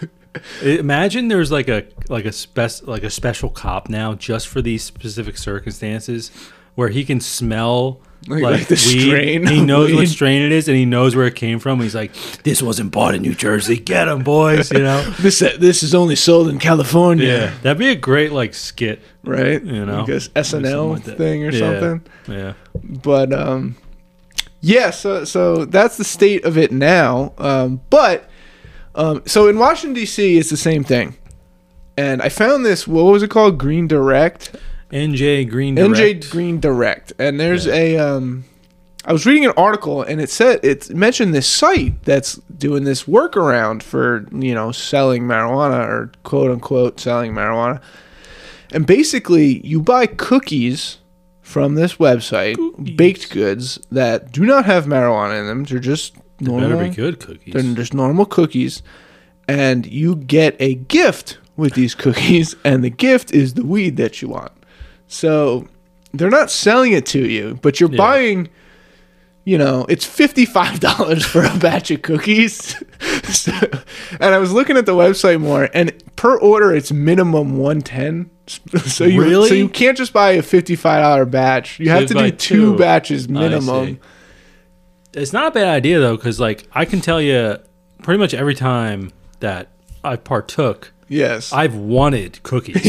Imagine there's like a like a spec like a special cop now just for these specific circumstances where he can smell. Like- like the weed. strain He of knows what weed. strain it is, and he knows where it came from. He's like, "This wasn't bought in New Jersey. Get him, boys!" You know. this this is only sold in California Yeah, that'd be a great like skit. right You know, I guess something SNL like that. thing or Yeah. something Yeah, but um yeah so so that's the state of it now um but um so in Washington D.C. it's the same thing and I found this what was it called Green Direct NJ Green. Direct. NJ Green Direct, and there's a. Um, I was reading an article, and it said it mentioned this site that's doing this workaround for you know selling marijuana or quote unquote selling marijuana, and basically you buy cookies from this website, baked goods that do not have marijuana in them. They're just Better normal. be good cookies. They're just normal cookies, and you get a gift with these cookies, and the gift is the weed that you want. So they're not selling it to you, but you're Yeah. buying. You know, it's fifty-five dollars for a batch of cookies, so, and I was looking at the website more, and per order it's minimum one ten. So you Really? so you can't just buy a fifty five dollar batch. You So have you to buy do two, two. batches I minimum. see. It's not a bad idea though, because like I can tell you, pretty much every time that I partook, Yes. I've wanted cookies.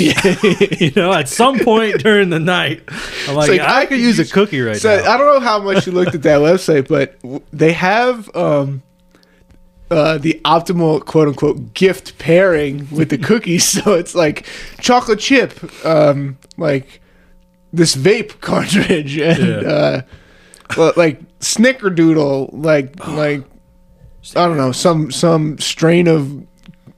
you know, at some point during the night, I'm like, like, I, I could use a cookie right so now. I don't know how much you looked at that website, but w- they have um, uh, the optimal quote unquote gift pairing with the cookies. So it's like chocolate chip, um, like this vape cartridge, and Yeah. uh, well, like snickerdoodle, like like I don't know some some strain of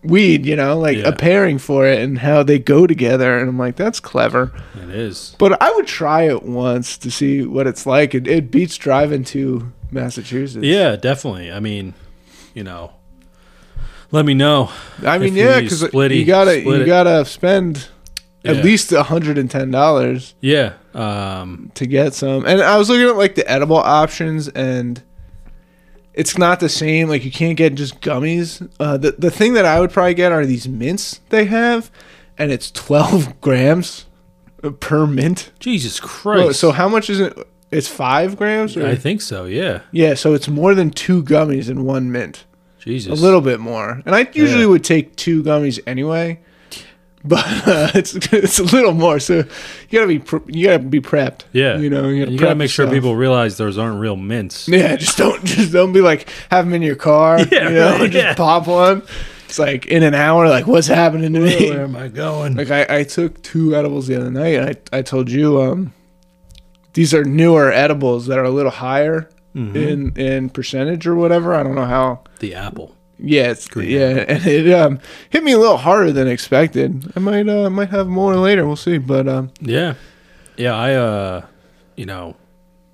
weed, you know, like Yeah. a pairing for it, and how they go together. And I'm like, that's clever. uh, it is. But I would try it once to see what it's like. It, it beats driving to Massachusetts. Yeah, definitely. I mean, you know, let me know. I mean, If you yeah, use because splitty, you gotta split you it. gotta spend Yeah. at least hundred and ten dollars Yeah. Um, to get some. And I was looking at like the edible options, and it's not the same. Like you can't get just gummies. Uh, the the thing that I would probably get are these mints they have, and it's twelve grams per mint. Jesus Christ. Whoa, so how much is it? It's five grams. Or? I think so. Yeah. yeah, so it's more than two gummies in one mint. Jesus. a little bit more. And I usually Yeah. would take two gummies anyway, but uh, it's it's a little more. So you gotta be pre- you gotta be prepped. Yeah. you know you gotta, You gotta prep make sure yourself. people realize those aren't real mints. Yeah, just don't just don't be like have them in your car. Yeah, you know, right, just yeah. pop one. It's like in an hour, like what's happening to me? Where am I going? Like I, I took two edibles the other night, and I I told you um these are newer edibles that are a little higher Mm-hmm. in in percentage or whatever. I don't know how The apple. Yeah, it's Green yeah, and it um, hit me a little harder than expected. I might uh, might have more later. We'll see. But um, Yeah. Yeah, I uh you know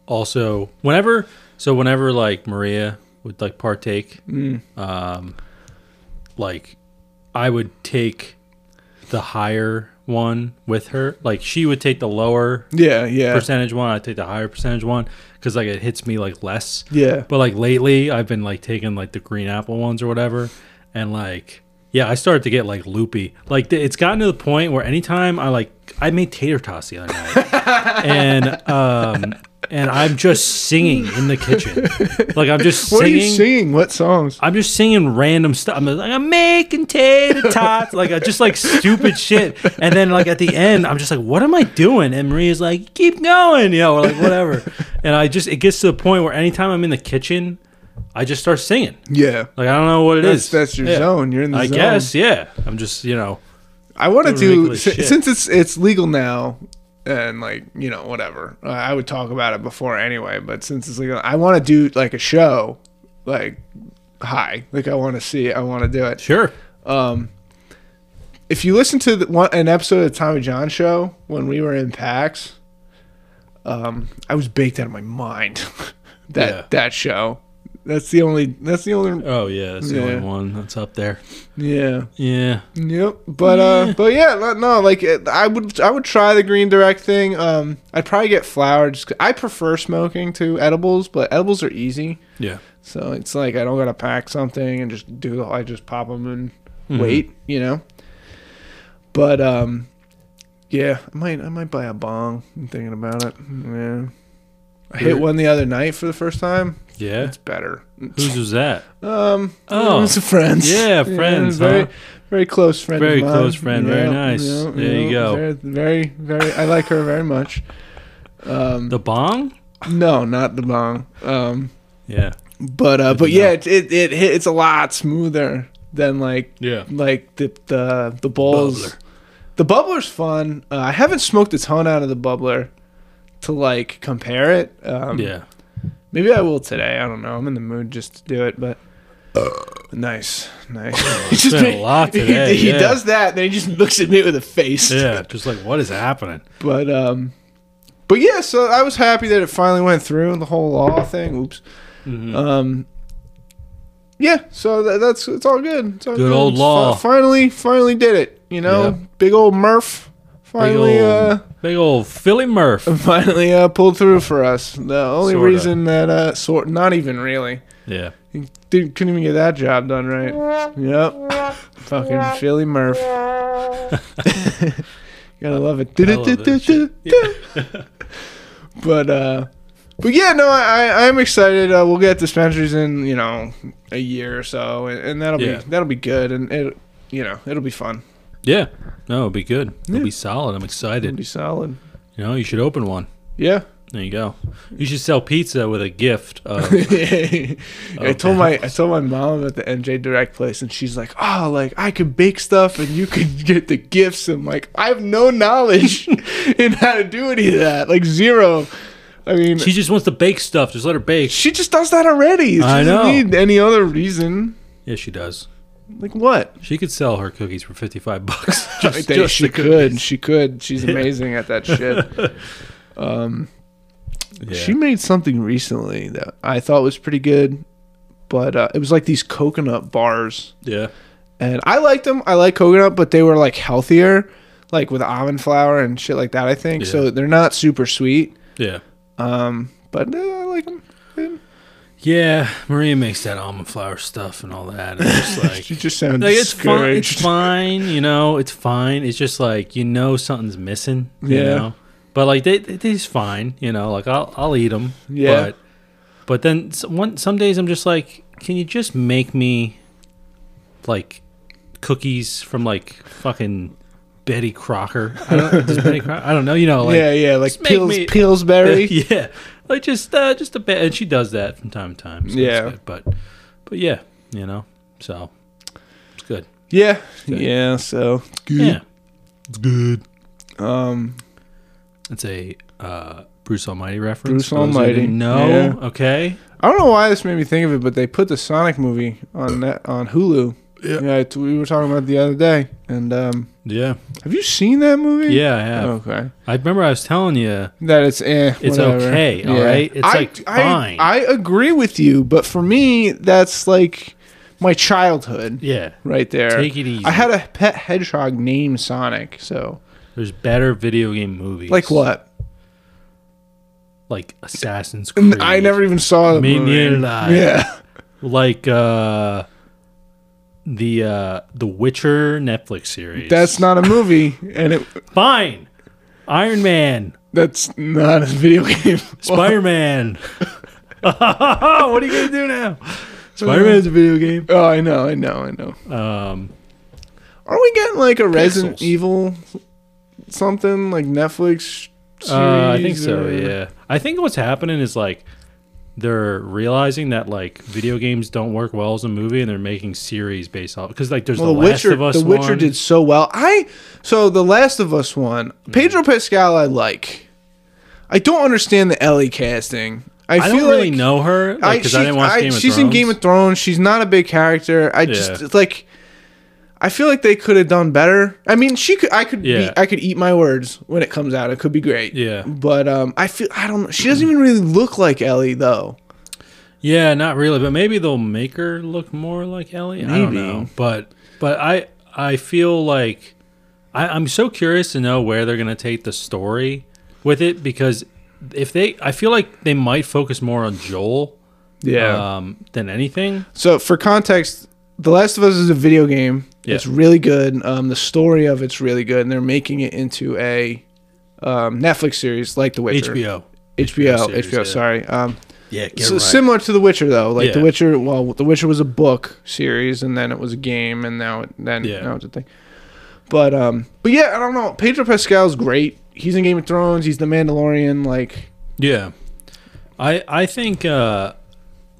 also whenever so whenever like Maria would like partake Mm. um like I would take the higher one with her. Like she would take the lower yeah, yeah, percentage one, I'd take the higher percentage one cuz like it hits me like less. yeah, But like lately, I've been like taking like the green apple ones or whatever, and like yeah, I started to get like loopy. Like th- it's gotten to the point where anytime I like I made tater tots the other night, and um and I'm just singing in the kitchen, like I'm just What are you singing. Uh, singing? What songs? I'm just singing random stuff. I'm like, I'm making tater tots, like I just like stupid shit. And then like at the end, I'm just like, what am I doing? And Maria's like, keep going, you know, or like whatever. And I just it gets to the point where anytime I'm in the kitchen, I just start singing. Yeah, Like I don't know what it that's is. that's your Yeah. zone. You're in the I zone. guess, yeah. I'm just you know, I want to Doing do ridiculous shit. si- since it's it's legal now, and like you know whatever. Uh, I would talk about it before anyway, but since it's legal, I want to do like a show, like high, like I want to see, it, I want to do it. Um, sure. if you listen to the, one, an episode of the Tommy John show when we were in PAX, um, I was baked out of my mind. that Yeah. that show. That's the only. That's the only. Oh yeah, that's the Yeah. only one that's up there. Yeah. Yeah. Yep. But uh. But yeah. no- No. Like it- I would. I would try the green direct thing. Um. I'd probably get flour. Just 'cause- I prefer smoking to edibles, but edibles are easy. Yeah. So it's like I don't gotta pack something and just do. the I just pop them and wait. You know. But um, yeah, I might I might buy a bong. I'm thinking about it. Yeah, I hit Who- one the other night for the first time. Yeah. It's better. Whose was that? Um, Oh. it's friends. Yeah, friends, very, huh? very close friend. of Very mine. close friend, very nice. There you go. Very, very, very. I like her very much. Um, The bong? no, not the bong. Um, Yeah. but uh, Good but to yeah, know. it, it it hit- it's a lot smoother than like Yeah. like the the the balls. Bubbler. The bubbler's fun. Uh, I haven't smoked a ton out of the bubbler to like compare it. Um, Yeah. Maybe I will today. I don't know. I'm in the mood just to do it, but. Nice, nice. He just been a made- lot he- today, He, yeah. does that, then he just looks at me with a face. Yeah. Just like what is happening? But um, but yeah. So I was happy that it finally went through the whole law thing. Oops. Mhm. Um, yeah, so tha that's it's all good. It's all Good old Fi- law. finally, finally did it. You know, Yeah. big old Murph finally, big old, big old Philly Murph. uh, finally uh, pulled through for us. The only Sorta. reason that uh, sort not even really Yeah, He didn't, couldn't even get that job done right. Yep, fucking Philly Murph. gotta love it. I love that shit. but uh, but yeah, no, I I- I'm excited. Uh, we'll get dispensaries in you know a year or so, and, and that'll Yeah. be that'll be good, and it you know it'll be fun. Yeah. No, it'll be good. It'll Yeah. be solid. I'm It'll excited. be solid. You know, you should open one. Yeah. There you go. You should sell pizza with a gift of I told my I told my mom about the NJ Direct place, and she's like, "Oh, like I could bake stuff, and you could get the gifts." And like, I have no knowledge in how to do any of that, like zero. I mean, She just wants to bake stuff. Just let her bake. she just does that already. She I doesn't know. need any other reason. Yeah, she does. Like what? She could sell her cookies for fifty-five bucks. Like, Just, they- just she the could. She could. She's amazing at that shit. cookies. Yeah. She made something recently that I thought was pretty good, but uh, it was like these coconut bars. yeah. and I liked them. I like coconut, but they were like healthier, like with almond flour and shit like that. I think Yeah. so. They're not super sweet, Yeah. um, but uh, I like them. Yeah. Maria makes that almond flour stuff and all that. And it's like, You just sound like it's fine. discouraged. It's fine. You know, it's fine. It's just like you know something's missing. You Yeah. Know? But like they, they they's fine. You know, like I'll I'll eat them. Yeah. But, but then s- one some days I'm just like, can you just make me like cookies from like fucking Betty Crocker? I don't, does Betty Crocker? I don't know. You know, like yeah, yeah, like just make Pils- me- Pillsbury. yeah, like just uh, just a bit, and she does that from time to time. so it's Yeah. good. but but yeah, you know, so it's good. yeah, yeah. So it's good. Yeah, it's good. Um, it's a uh, Bruce Almighty reference. Oh, Bruce for those who Almighty, didn't know. yeah. okay, I don't know why this made me think of it, but they put the Sonic movie on net, on Hulu. Yeah. yeah it's- we were talking about it the other day. And um, yeah, have you seen that movie? yeah, I have. Okay. I remember I was telling you. that it's eh, It's whatever. okay, all right? It's, like, I, fine. I agree with you, but for me, that's like my childhood Yeah, right there. Take it easy. I had a pet hedgehog named Sonic, so there's better video game movies. like what? Like Assassin's N- Creed. I never even saw the Me movie. neither. Yeah, like uh the uh the Witcher Netflix series. that's not a movie, and it fine. Iron Man, that's not a video game. Spider Man. what are you gonna do now? Spider Man's a video game. oh, I know, I know, I know. Um, Are we getting like a Resident Pixels. Evil something like Netflix? uh, I series think so. or- Yeah, I think what's happening is like they're realizing that like video games don't work well as a movie, and they're making series based off because like there's Well, the, The, Last Witcher, of Us. The Witcher one. did so well. I so The Last of Us one. Mm. Pedro Pascal, I like. I don't understand the Ellie casting. I, I feel don't really like, know her because she- I didn't watch Game of she's Thrones. in Game of Thrones. She's not a big character. I just Yeah. it's like. I feel like they could have done better. I mean, she could. I could. Yeah. Be, I could eat my words when it comes out. It could be great. Yeah. But um, I feel I don't. know. She doesn't even really look like Ellie though. Yeah, not really, but maybe they'll make her look more like Ellie. I don't Maybe. know, but but I I feel like I, I'm so curious to know where they're gonna take the story with it because if they, I feel like they might focus more on Joel um, than anything. So for context, The Last of Us is a video game. Yeah. It's really good. Um, the story of it's really good, and they're making it into a um, Netflix series like The Witcher. HBO. HBO. series, HBO, yeah. sorry. Um, Yeah, get so similar to The Witcher though. Like The Yeah. Witcher, well, The Witcher was a book series, and then it was a game, and now it, then Yeah. now it's a thing. But um, but yeah, I don't know. Pedro Pascal's great. He's in Game of Thrones. He's the Mandalorian. Like Yeah. I I think uh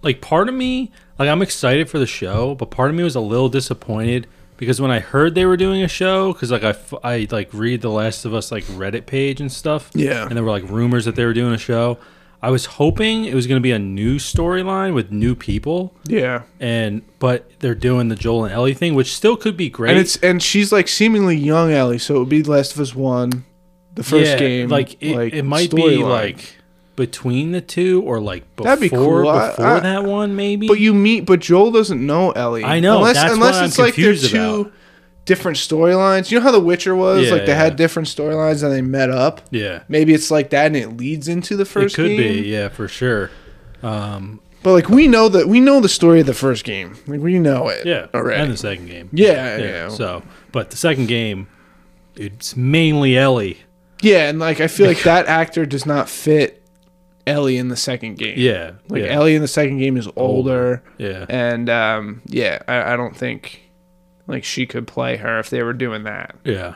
like part of me like I'm excited for the show, but part of me was a little disappointed because when I heard they were doing a show cuz like I, f- I like read the Last of Us like Reddit page and stuff. Yeah. And there were like rumors that they were doing a show. I was hoping it was going to be a new storyline with new people yeah, and but they're doing the Joel and Ellie thing, which still could be great. and it's and she's like seemingly young Ellie, so it would be The Last of Us one, the first Yeah, game. Like it, it might be storyline. like between the two or like before That'd be cool. I- before I- that one maybe. But you meet, but Joel doesn't know Ellie. I know, Unless that's unless what I'm it's like they're confused two about. different storylines. You know how The Witcher was? Yeah, like they had yeah. different storylines and they met up. yeah. Maybe it's like that, and it leads into the It first. could game. be, yeah, for sure. Um, But like we know that we know the story of the first game. Like we know it. yeah, Already. and the second game. Yeah, yeah. So, but the second game it's mainly Ellie. Yeah, and like I feel like that actor does not fit Ellie in the second game. Yeah, Like yeah, Ellie in the second game is older, yeah. and um, yeah, I, I don't think like she could play her if they were doing that. Yeah.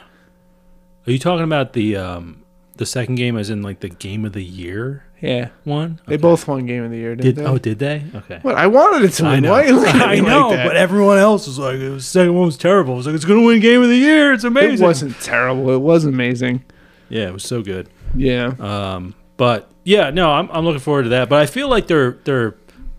Are you talking about the um the second game as in like the game of the year Yeah, one? Oh, they both won Game of the Year, didn't did they? oh did they? Okay. What I wanted it to I win. know, Why are you looking at I me like know that? but everyone else was like, the second one was terrible. It was like, it's going to win Game of the Year. It's amazing. it wasn't terrible. It was amazing. Yeah, it was so good. Yeah, Um, but yeah, no, I'm, I'm looking forward to that. But I feel like they're they're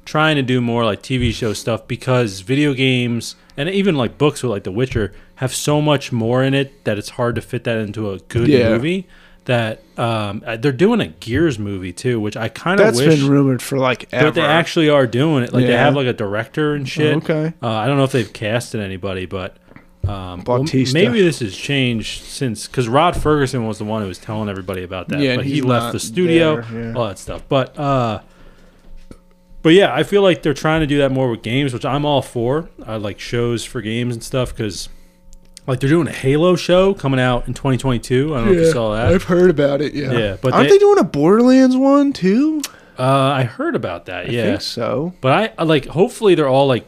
trying to do more like TV show stuff because video games and even like books with like The Witcher have so much more in it that it's hard to fit that into a good Yeah. movie. That um, uh, they're doing a Gears movie too, which I kind of that's wish. been rumored for like ever. but they actually are doing it. Like they Yeah. have like a director and shit. Okay. Uh, I don't know if they've casted anybody, but um, well, Bautista. maybe this has changed since because Rod Ferguson was the one who was telling everybody about that. Yeah, and but he he's left not the studio, there, yeah. all that stuff. But uh, but yeah, I feel like they're trying to do that more with games, which I'm all for. I like shows for games and stuff because. Like they're doing a Halo show coming out in 2022. I don't know if you saw that. I've heard about it. Yeah, Yeah, but aren't they- they, doing a Borderlands one too? Uh, I heard about that. I yeah, think so. But I- I like hopefully they're all like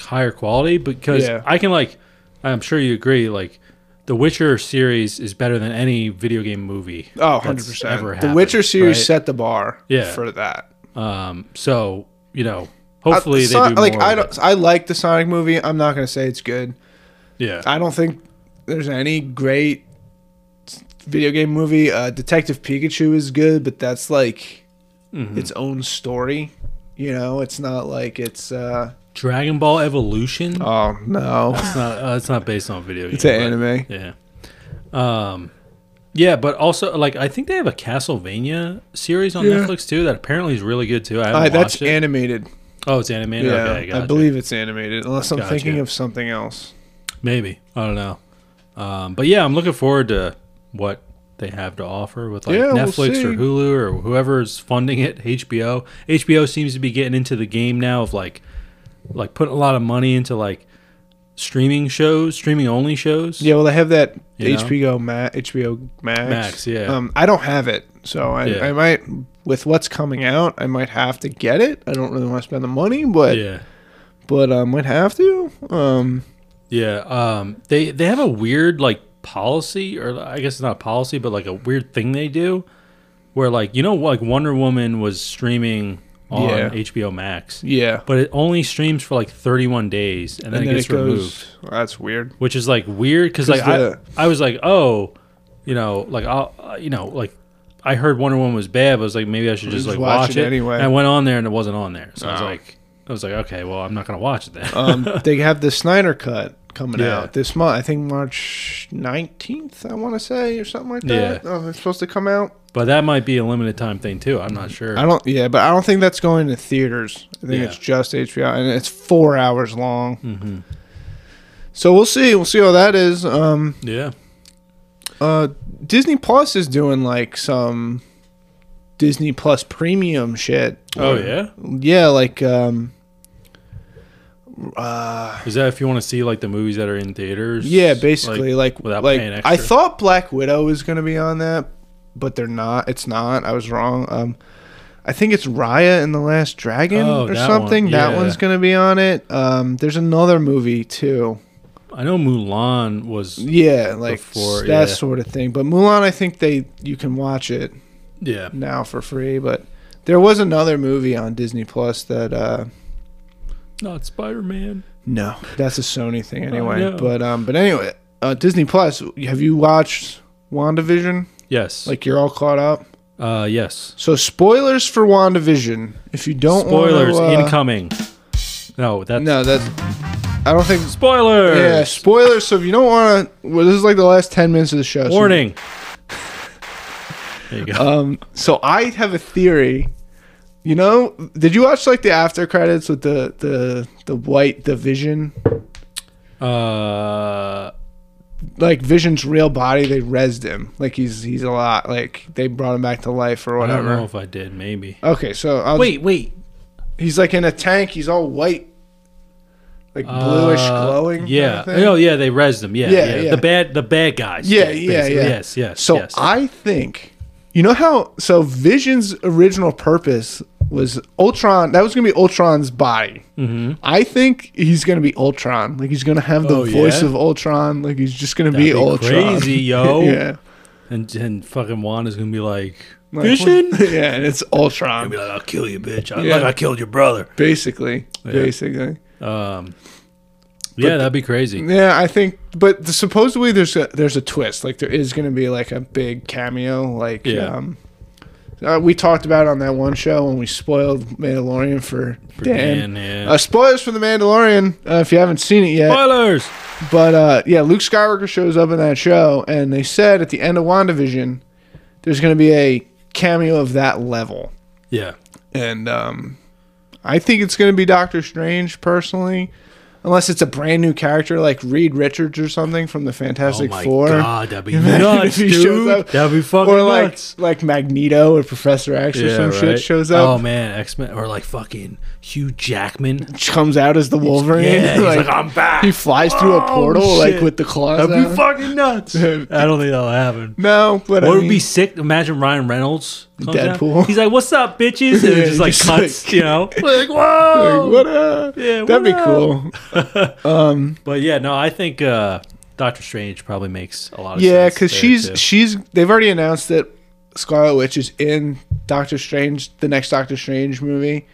higher quality because Yeah. I can like I'm sure you agree like the Witcher series is better than any video game movie. Oh, that's 100 percent. ever The happened, Witcher series right? set the bar. Yeah. for that. Um so, you know, I- hopefully they Son- do like more I of don't. it. I like the Sonic movie. I'm not gonna say it's good. Yeah. I don't think there's any great video game movie. Uh, Detective Pikachu is good, but that's like its own story. You know, it's not like it's. uh Dragon Ball Evolution? Oh no, It's not uh, it's not based on a video it's game, an but- anime. Yeah. Um yeah, but also like I think they have a Castlevania series on Yeah. Netflix too that apparently is really good too. I haven't Uh, that's watched it. animated. oh, it's animated. Yeah, okay, gotcha. I believe it's animated, unless I'm Gotcha. thinking of something else. Maybe I don't know, um, but yeah, I'm looking forward to what they have to offer with like Yeah, we'll Netflix or see. Hulu or whoever's funding it. HBO, HBO seems to be getting into the game now of like, like putting a lot of money into like streaming shows, streaming only shows. Yeah, well, they have that You know? HBO Ma- HBO Max. Max, yeah. Um, I don't have it, so I, Yeah. I might with what's coming out, I might have to get it. I don't really want to spend the money, but yeah, but I might have to. Um, yeah. Um, they they have a weird like policy, or I guess it's not a policy, but like a weird thing they do, where like you know like Wonder Woman was streaming on Yeah. HBO Max. yeah, but it only streams for like 31 days and then it gets removed Well, that's weird. which is like weird because like 'Cause the- I, I was like oh you know like i'll uh, you know like i heard wonder woman was bad but i was like maybe i should just, Just like watch, watch it it anyway. and i went on there and it wasn't on there so i was Oh. like i was like okay well i'm not gonna watch it then Um, they have the Snyder cut coming Yeah. out this month. I think March nineteenth. I want to say or something like that. Um, it's supposed to come out. but that might be a limited time thing too i'm not sure I don't. Yeah, but I don't think that's going to theaters. I think Yeah. it's just HBO, and it's four hours long. Mhm. So we'll see. We'll see how that is. Um, yeah uh, Disney Plus is doing like some Disney Plus premium shit. oh yeah Yeah, like um, uh, is that if you want to see like the movies that are in theaters yeah, Like, basically like like, without paying I extra? thought Black Widow was gonna be on that, but they're not. It's not. I was wrong. Um, I think it's Raya and the Last Dragon Oh, or that something. one, That yeah. one's gonna be on it. Um, there's another movie too. i know mulan was Mm. Yeah, like Before, s- yeah. that sort of thing. But Mulan, I think they you can watch it yeah now for free. But there was another movie on Disney Plus that uh, not spider-man no, that's a Sony thing anyway. Oh, no. But um, but anyway, uh, Disney Plus. Have you watched WandaVision? yes Like you're all caught up. uh yes So spoilers for WandaVision. If you don't spoilers wanna, uh, incoming. No, that's No, that I don't think. spoilers. Yeah, spoilers. So if you don't want to, well, this is like the last ten minutes of the show. so- Warning. There you go. um. So I have a theory. You know, did you watch like the after credits with the the the white the Vision? uh, Like Vision's real body, they resed him. Like he's he's a lot. Like they brought him back to life or I don't know whatever. if I did. Maybe. Okay, so I'll, Wait, wait. he's like in a tank. He's all white. like bluish Uh, glowing. Yeah. kind of thing. Oh, yeah. They res them. Yeah, Yeah, yeah. yeah. The bad, the bad guys. Yeah, did, yeah, basically. yeah. Yes, yes. So yes. I think you know how so Vision's original purpose was Ultron. That was gonna be Ultron's body. Mm-hmm. I think he's gonna be Ultron. Like he's gonna have the Oh, voice yeah? of Ultron. Like he's just gonna That'd be, Ultron. crazy, yo. yeah. And and fucking Wanda's gonna be like Like, Vision. yeah, and it's Ultron. I'll be like, I'll kill you, bitch. I, Yeah. Like I killed your brother. Basically, basically. Um, yeah, that'd be crazy. Yeah, I think, but the, supposedly there's a there's a twist. Like there is going to be like a big cameo. Like Yeah. um, uh, we talked about it on that one show when we spoiled Mandalorian for, For Dan. Dan, yeah. Uh, spoilers for the Mandalorian uh, if you haven't seen it yet. Spoilers. But uh, yeah, Luke Skywalker shows up in that show, and they said at the end of WandaVision, there's going to be a cameo of that level, Yeah. and um, I think it's going to be Doctor Strange personally. Unless it's a brand new character like Reed Richards or something from the Oh Fantastic my Four. god, that'd be Imagine nuts, if he shows dude. up. That'd be fucking or like nuts. like Magneto or Professor X or some shit right? shows Oh up, man, X Men or like fucking Hugh Jackman. comes out as the Wolverine. Um, Yeah, he's like, like, I'm back. he flies through a Oh, portal like shit. with the claws. That'd out. be fucking nuts. I don't think that'll happen. no, but I What would mean, be sick? Imagine Ryan Reynolds, comes out. Deadpool. He's like, "What's up, bitches?" And Yeah, just like just cuts, like- you know, like whoa. like, what up? Yeah, that'd what be up? cool. But yeah, no, I think uh, Doctor Strange probably makes a lot of Yeah, sense. because there, she's too. she's they've already announced that Scarlet Witch is in Doctor Strange, the next Doctor Strange movie.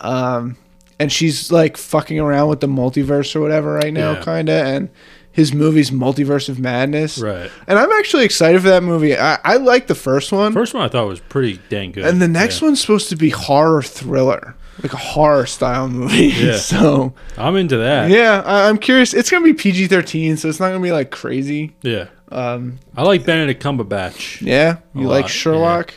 Um, and she's like fucking around with the multiverse or whatever right now, Yeah. kind of. And his movie's Multiverse of Madness, Right. And I'm actually excited for that movie. I, I like the first one, first one I thought was pretty dang good, and the next one's supposed to be horror thriller, like a horror style movie. Yeah. so one, I'm into that. Yeah, yeah, I, I'm curious. It's gonna be PG-13, so it's not gonna be like crazy. Um, I like Benedict Cumberbatch. Yeah, you like lot, Sherlock?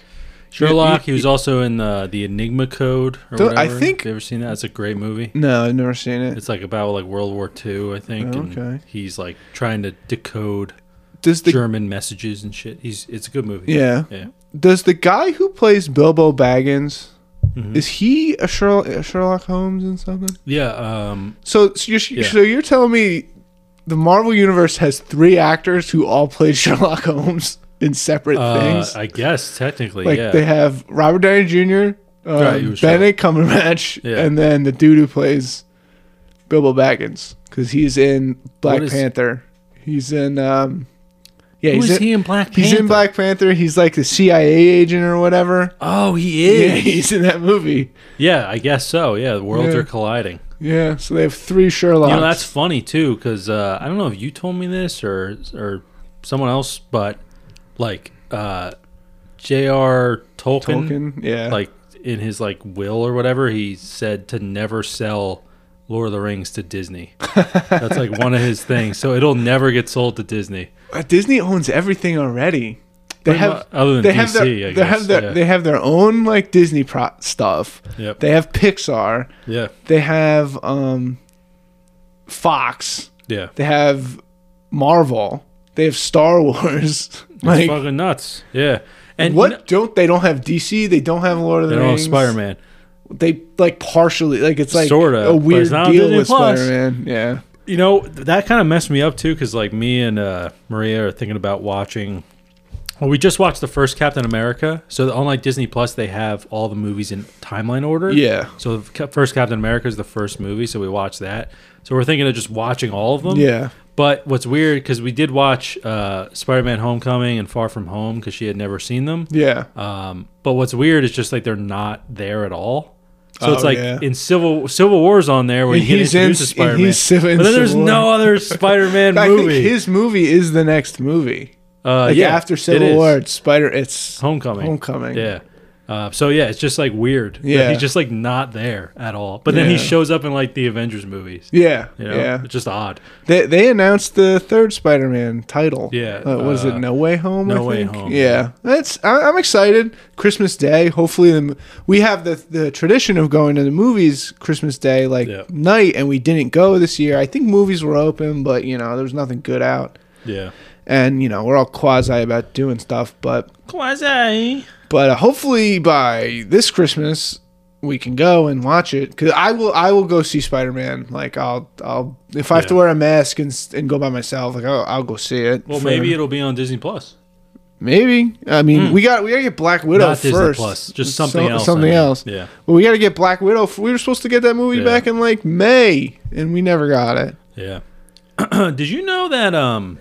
Sherlock. He was also in the the Enigma Code. Or Don't- I whatever. think- you ever seen that? It's a great movie. No, I've never seen it. It's like about like World War II, I think. Oh, And okay. he's like trying to decode Does the German messages and shit. He's it's a good movie. yeah? Yeah. Does the guy who plays Bilbo Baggins Mm-hmm. is he a Sherlock, a Sherlock Holmes and something? Yeah. Um, So, so you're Yeah. so you're telling me the Marvel universe has three actors who all played Sherlock Holmes in separate uh, things? I guess technically, like yeah. they have Robert Downey Jr., uh, Right, he was Benedict Cumberbatch, Yeah. and then the dude who plays Bilbo Baggins because he's in Black What is- Panther. He's in um, yeah, Who he's is in, he in Black Panther? He's in Black Panther. He's like the CIA agent or whatever. Oh, he Yeah, is. he's in that movie. Yeah, I guess so. Yeah, the worlds Yeah. are colliding. Yeah, so they have three Sherlocks. You know, that's funny too, because uh, I don't know if you told me this or or someone else, but like uh, J.R. Tolkien, Tolkien. Yeah, like in his like will or whatever, he said to never sell Lord of the Rings to Disney. that's like one of his things, so it'll never get sold to Disney. Uh, Disney owns everything already. They Pretty mu- have other than they DC, have their, I they have guess, their yeah. they have their own like Disney pro- stuff. Yep. They have Pixar. yeah, They have um, Fox. yeah. They have Marvel. They have Star Wars. like Fucking nuts. Yeah, and you what know- don't they don't have DC? They don't have Lord of the they don't have Rings. Spider-Man. they like partially like it's like Sorta, but a it's weird not on deal Disney with Plus. Spider-Man. Yeah, You know, th- that kind of messed me up too, because like me and uh, Maria are thinking about watching. Well, we just watched the first Captain America. So the, unlike Disney Plus, they have all the movies in timeline order. Yeah. So the ca- first Captain America is the first movie, so we watched that. So we're thinking of just watching all of them. yeah. But what's weird because we did watch uh, Spider-Man: Homecoming and Far From Home because she had never seen them. Yeah, Um, but what's weird is just like they're not there at all. So Oh, it's like yeah. in Civil Civil War's on there where And you get he's in- introduced and to Spider Man, he's civ- in but then there's Civil War. no other Spider Man I movie. think his movie is the next movie. uh, Like yeah, after it is. Civil War, it's Spider. It's Homecoming, Homecoming. yeah. Uh, so yeah, it's just like weird. that Yeah. he's just like not there at all. But then he Yeah. shows up in like the Avengers movies. yeah, You know? yeah. it's just odd. They they announced the third Spider-Man title. Yeah, uh, was uh, it No Way Home? No I Way think? Home. Yeah, that's I, I'm excited. Christmas Day. Hopefully, the, m- we have the the tradition of going to the movies Christmas Day like Yeah. night, and we didn't go this year. I think movies were open, but you know there was nothing good out, Yeah, and you know we're all quasi about doing stuff, but quasi. but uh, hopefully by this Christmas. we can go and watch it. Cause I will, I will go see Spider Man. Like I'll, I'll if I have to Yeah. wear a mask and s- and go by myself, like I'll, I'll go see it. Well, for- maybe it'll be on Disney Plus. maybe. I mean, we got we gotta get Black Widow Not Disney first. Plus, just something So- else, I Something mean. else. Yeah. Well, we gotta get Black Widow. f- We were supposed to get that movie Yeah. back in like May, and we never got it. Yeah. Did you know that? Um,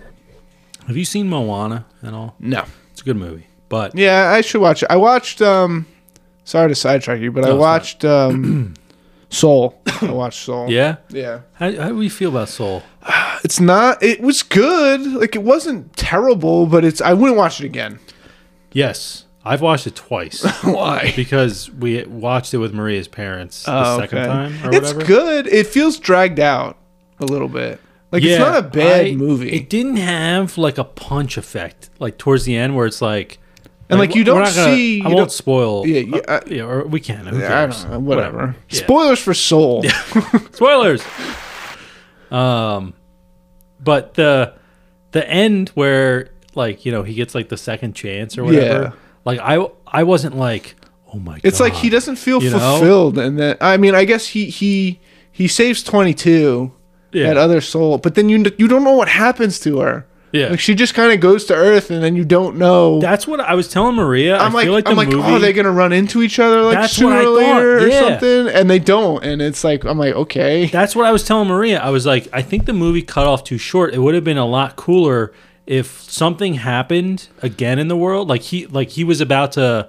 have you seen Moana at all? No. It's a good movie, but Yeah, I should watch it. I watched. um Sorry to sidetrack you, but I it's fine. watched um Soul. I watched Soul. yeah. Yeah. How, how do we feel about Soul? It's not. It was good. Like it wasn't terrible, but it's. I wouldn't watch it again. Yes, I've watched it twice Why? because we watched it with Maria's parents the second time or Oh, it's whatever. good. It feels dragged out a little bit. Like it's not a bad I- movie. It didn't have like a punch effect, like towards the end where it's like, And, like, you we're don't not gonna- see- I you won't don't- spoil. Yeah, yeah, uh, I- yeah, or we can. Who I cares? don't know. Whatever. Yeah. Spoilers for Soul. Spoilers. um, but the the end where like you know he gets like the second chance or whatever. Yeah. Like I I wasn't like oh my god. It's like he doesn't feel You know? fulfilled, and then I mean, I guess he he he saves twenty two. Yeah. That other soul, but then you you don't know what happens to her. Yeah. like she just kind of goes to Earth, and then you don't know. That's what I was telling Maria. i I'm like, feel like the I'm like, movie. oh, are they gonna run into each other like That's what sooner I or thought, later yeah. or something? And they don't, and it's like, I'm like, okay, That's what I was telling Maria. I was like, I think the movie cut off too short. It would have been a lot cooler if something happened again in the world. Like he like he was about to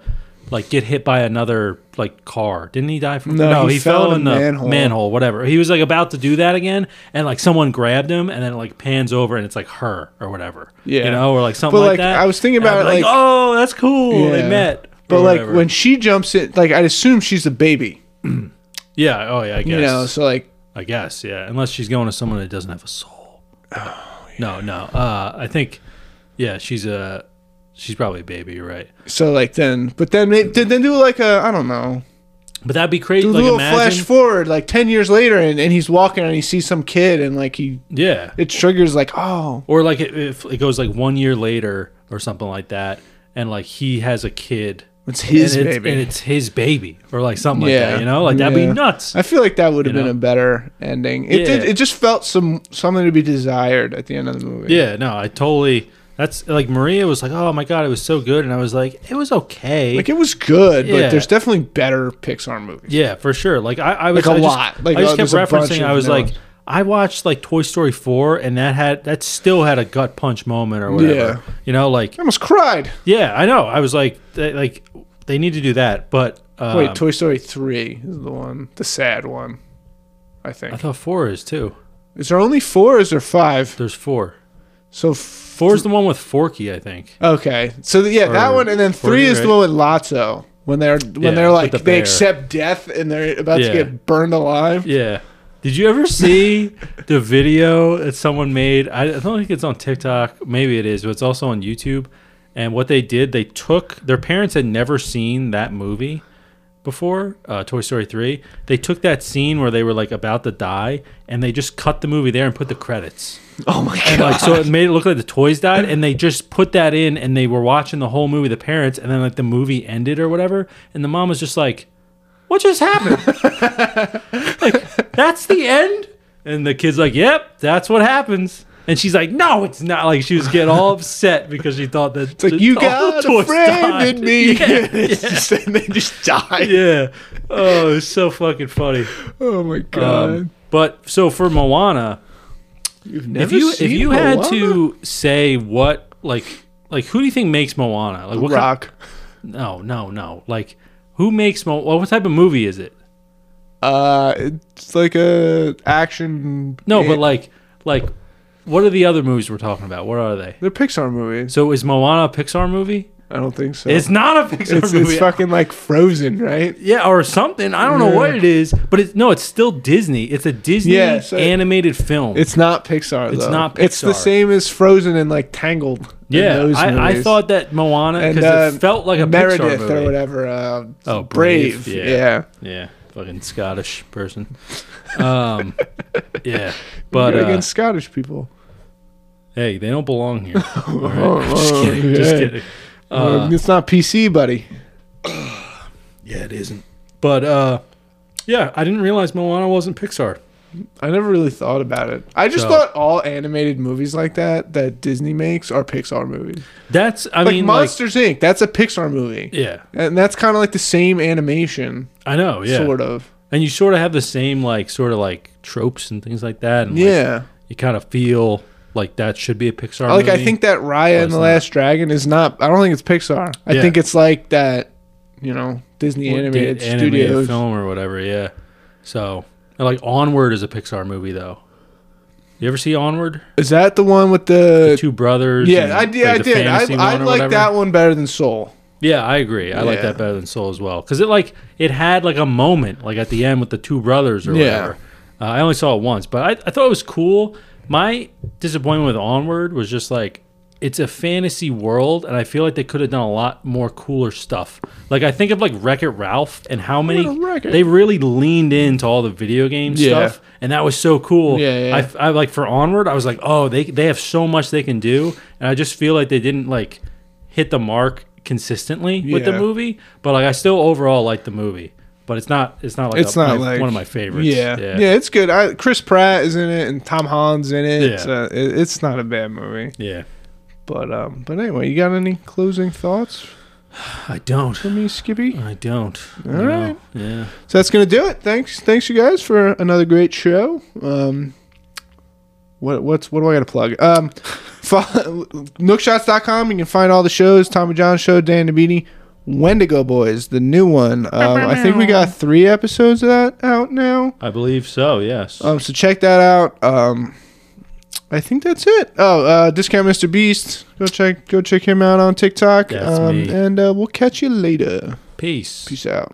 like get hit by another like car. Didn't he die from No, he fell in a the manhole. manhole, whatever. He was like about to do that again and like someone grabbed him and then it like pans over and it's like her or whatever. Yeah. You know, or like But, something like, like, that. I was thinking And I'd about be it, like- Oh, that's cool. They Yeah. met. or But like whatever. when she jumps in, like I'd assume she's the baby, Yeah, oh yeah, I guess. you know. So like, I guess, yeah. Unless she's going to someone that doesn't have a soul. Oh, No, no. Uh, I think, yeah, she's a, she's probably a baby, you're right. so like then, but then they did then do like a I don't know, But that'd be crazy. do a Like little imagine, flash forward like ten years later, and, and he's walking and he sees some kid, and like he yeah, it triggers like oh or like it, if it goes like one year later or something like that, and like he has a kid. it's his and it's, baby. and it's his baby, or like something like Yeah. that. You know, like that'd Yeah. be nuts. I feel like that would have You been know? a better ending. It Yeah. did, it just felt some something to be desired at the end of the movie. yeah, no, I totally. That's like Maria was like, "Oh my god, it was so good," and I was like, "It was okay." Like it was good, Yeah. but there's definitely better Pixar movies. Yeah, for sure. Like I, I was Like a I just- lot. Like, I just uh, kept there's a bunch referencing. of I was new like, ones. I watched like Toy Story four, and that had that still had a gut punch moment or whatever. Yeah. You know, like I almost cried. yeah, I know. I was like, they, like they need to do that, but um, Wait, Toy Story three is the one, the sad one. I think. I thought four is too. is there only four? Or is there five? There's four. So f- Four is the one with Forky, I think. okay. So th- yeah, that Or- one, and then three or- is the one with Lotso when they're when Yeah, they're with like the they bear. accept death and they're about Yeah. to get burned alive. Yeah. Did you ever see the video that someone made? I I don't think it's on TikTok. Maybe it is, but it's also on YouTube. And what they did, they took their parents had never seen that movie before, uh, Toy Story 3. They took that scene where they were like about to die and they just cut the movie there and put the credits. Oh my god! And like, so it made it look like the toys died and they just put that in and they were watching the whole movie, the parents, and then like the movie ended or whatever. And the mom was just like, what just happened? like, that's the end? And the kid's like, yep, that's what happens. And she's like, no, it's not. Like, she was getting all upset because she thought that. It's like you got a friend in me. Yeah. It's just- and they just died. yeah. Oh, it's so fucking funny. Oh my god! Um, but so for Moana, You've if never you if seen you had Moana? to say what like like who do you think makes Moana? Like what kind- rock, no, no, no. Like who makes Mo? Well, what type of movie is it? uh, it's like a action. No, Yeah. but like like what are the other movies we're talking about? What are they? They're Pixar movies. So is Moana a Pixar movie? I don't think so. It's not a Pixar it's, movie. it's fucking like Frozen, right? yeah, or something. I don't know what Yeah. it is, but it's no, it's still Disney. It's a Disney Yeah, so- animated film. It's not Pixar. It's though. not It's the Pixar. same as Frozen and like Tangled. and yeah, those I, I movies. thought that Moana and because uh, it felt like a Pixar Meredith movie. or whatever. Uh, Oh, Brave. Brave, Yeah. yeah. Yeah, fucking Scottish person. Um, yeah, but You're uh, against Scottish people. hey, they don't belong here. All right? Oh, just oh, kidding. Uh, Just yeah. kidding. Um, it's not PC, buddy. Yeah, it isn't. But uh, yeah, I didn't realize Moana wasn't Pixar. I never really thought about it. I just So- thought all animated movies like that that Disney makes are Pixar movies. That's I like mean, Monsters Inc. That's a Pixar movie, like, yeah, and that's kind of like the same animation, I know, yeah. sort of. And you sort of have the same like sort of like tropes and things like that. And, like, yeah, you kind of feel like that should be a Pixar. like I movie. think that Raya and Oh, it's the not. Last Dragon is not. I don't think it's Pixar. I Yeah. think it's like that, you know, Disney Or animated did studios. film or whatever. Yeah. So and, like Onward is a Pixar movie though. You ever see Onward? Is that the one with the? Two brothers. and, Uh, yeah, I did. like, I the did. fantasy I, I one or like whatever? that one better than Soul. Yeah, I agree. I like Yeah. that better than Soul as well because it like it had like a moment like at the end with the two brothers or Yeah. whatever. Uh, I only saw it once, but I, I thought it was cool. My disappointment with Onward was just like it's a fantasy world, and I feel like they could have done a lot more cooler stuff. Like I think of like Wreck It Ralph and how many What a Wreck-It. they really leaned into all the video game Yeah. stuff, and that was so cool. Yeah, yeah. I I like for onward. I was like, oh, they they have so much they can do, and I just feel like they didn't like hit the mark consistently with the Yeah. movie. But like, I still overall like the movie, but it's not it's not like It's a- not my- like- one of my favorites. Yeah. yeah, yeah, yeah. it's good. I, Chris Pratt is in it, and Tom Holland's in it. Yeah. It's, uh, it- it's not a bad movie. But um, but anyway, you got any closing thoughts I don't. for me, Skippy? I don't. All No. right. Yeah. So that's gonna do it. Thanks, thanks you guys for another great show. Um, what what's what do I got to plug? Um, fo- nookshots.com. You can find all the shows: Tommy John Show, Dan DeBini, Wendigo Boys, the new one. Um, I think we got three episodes of that out now. I believe so. Yes. Um, so check that out. Um, I think that's it. Oh, uh, discount Mr. Beast. Go check go check him out on TikTok. That's um, me. And uh, we'll catch you later. Peace. Peace out.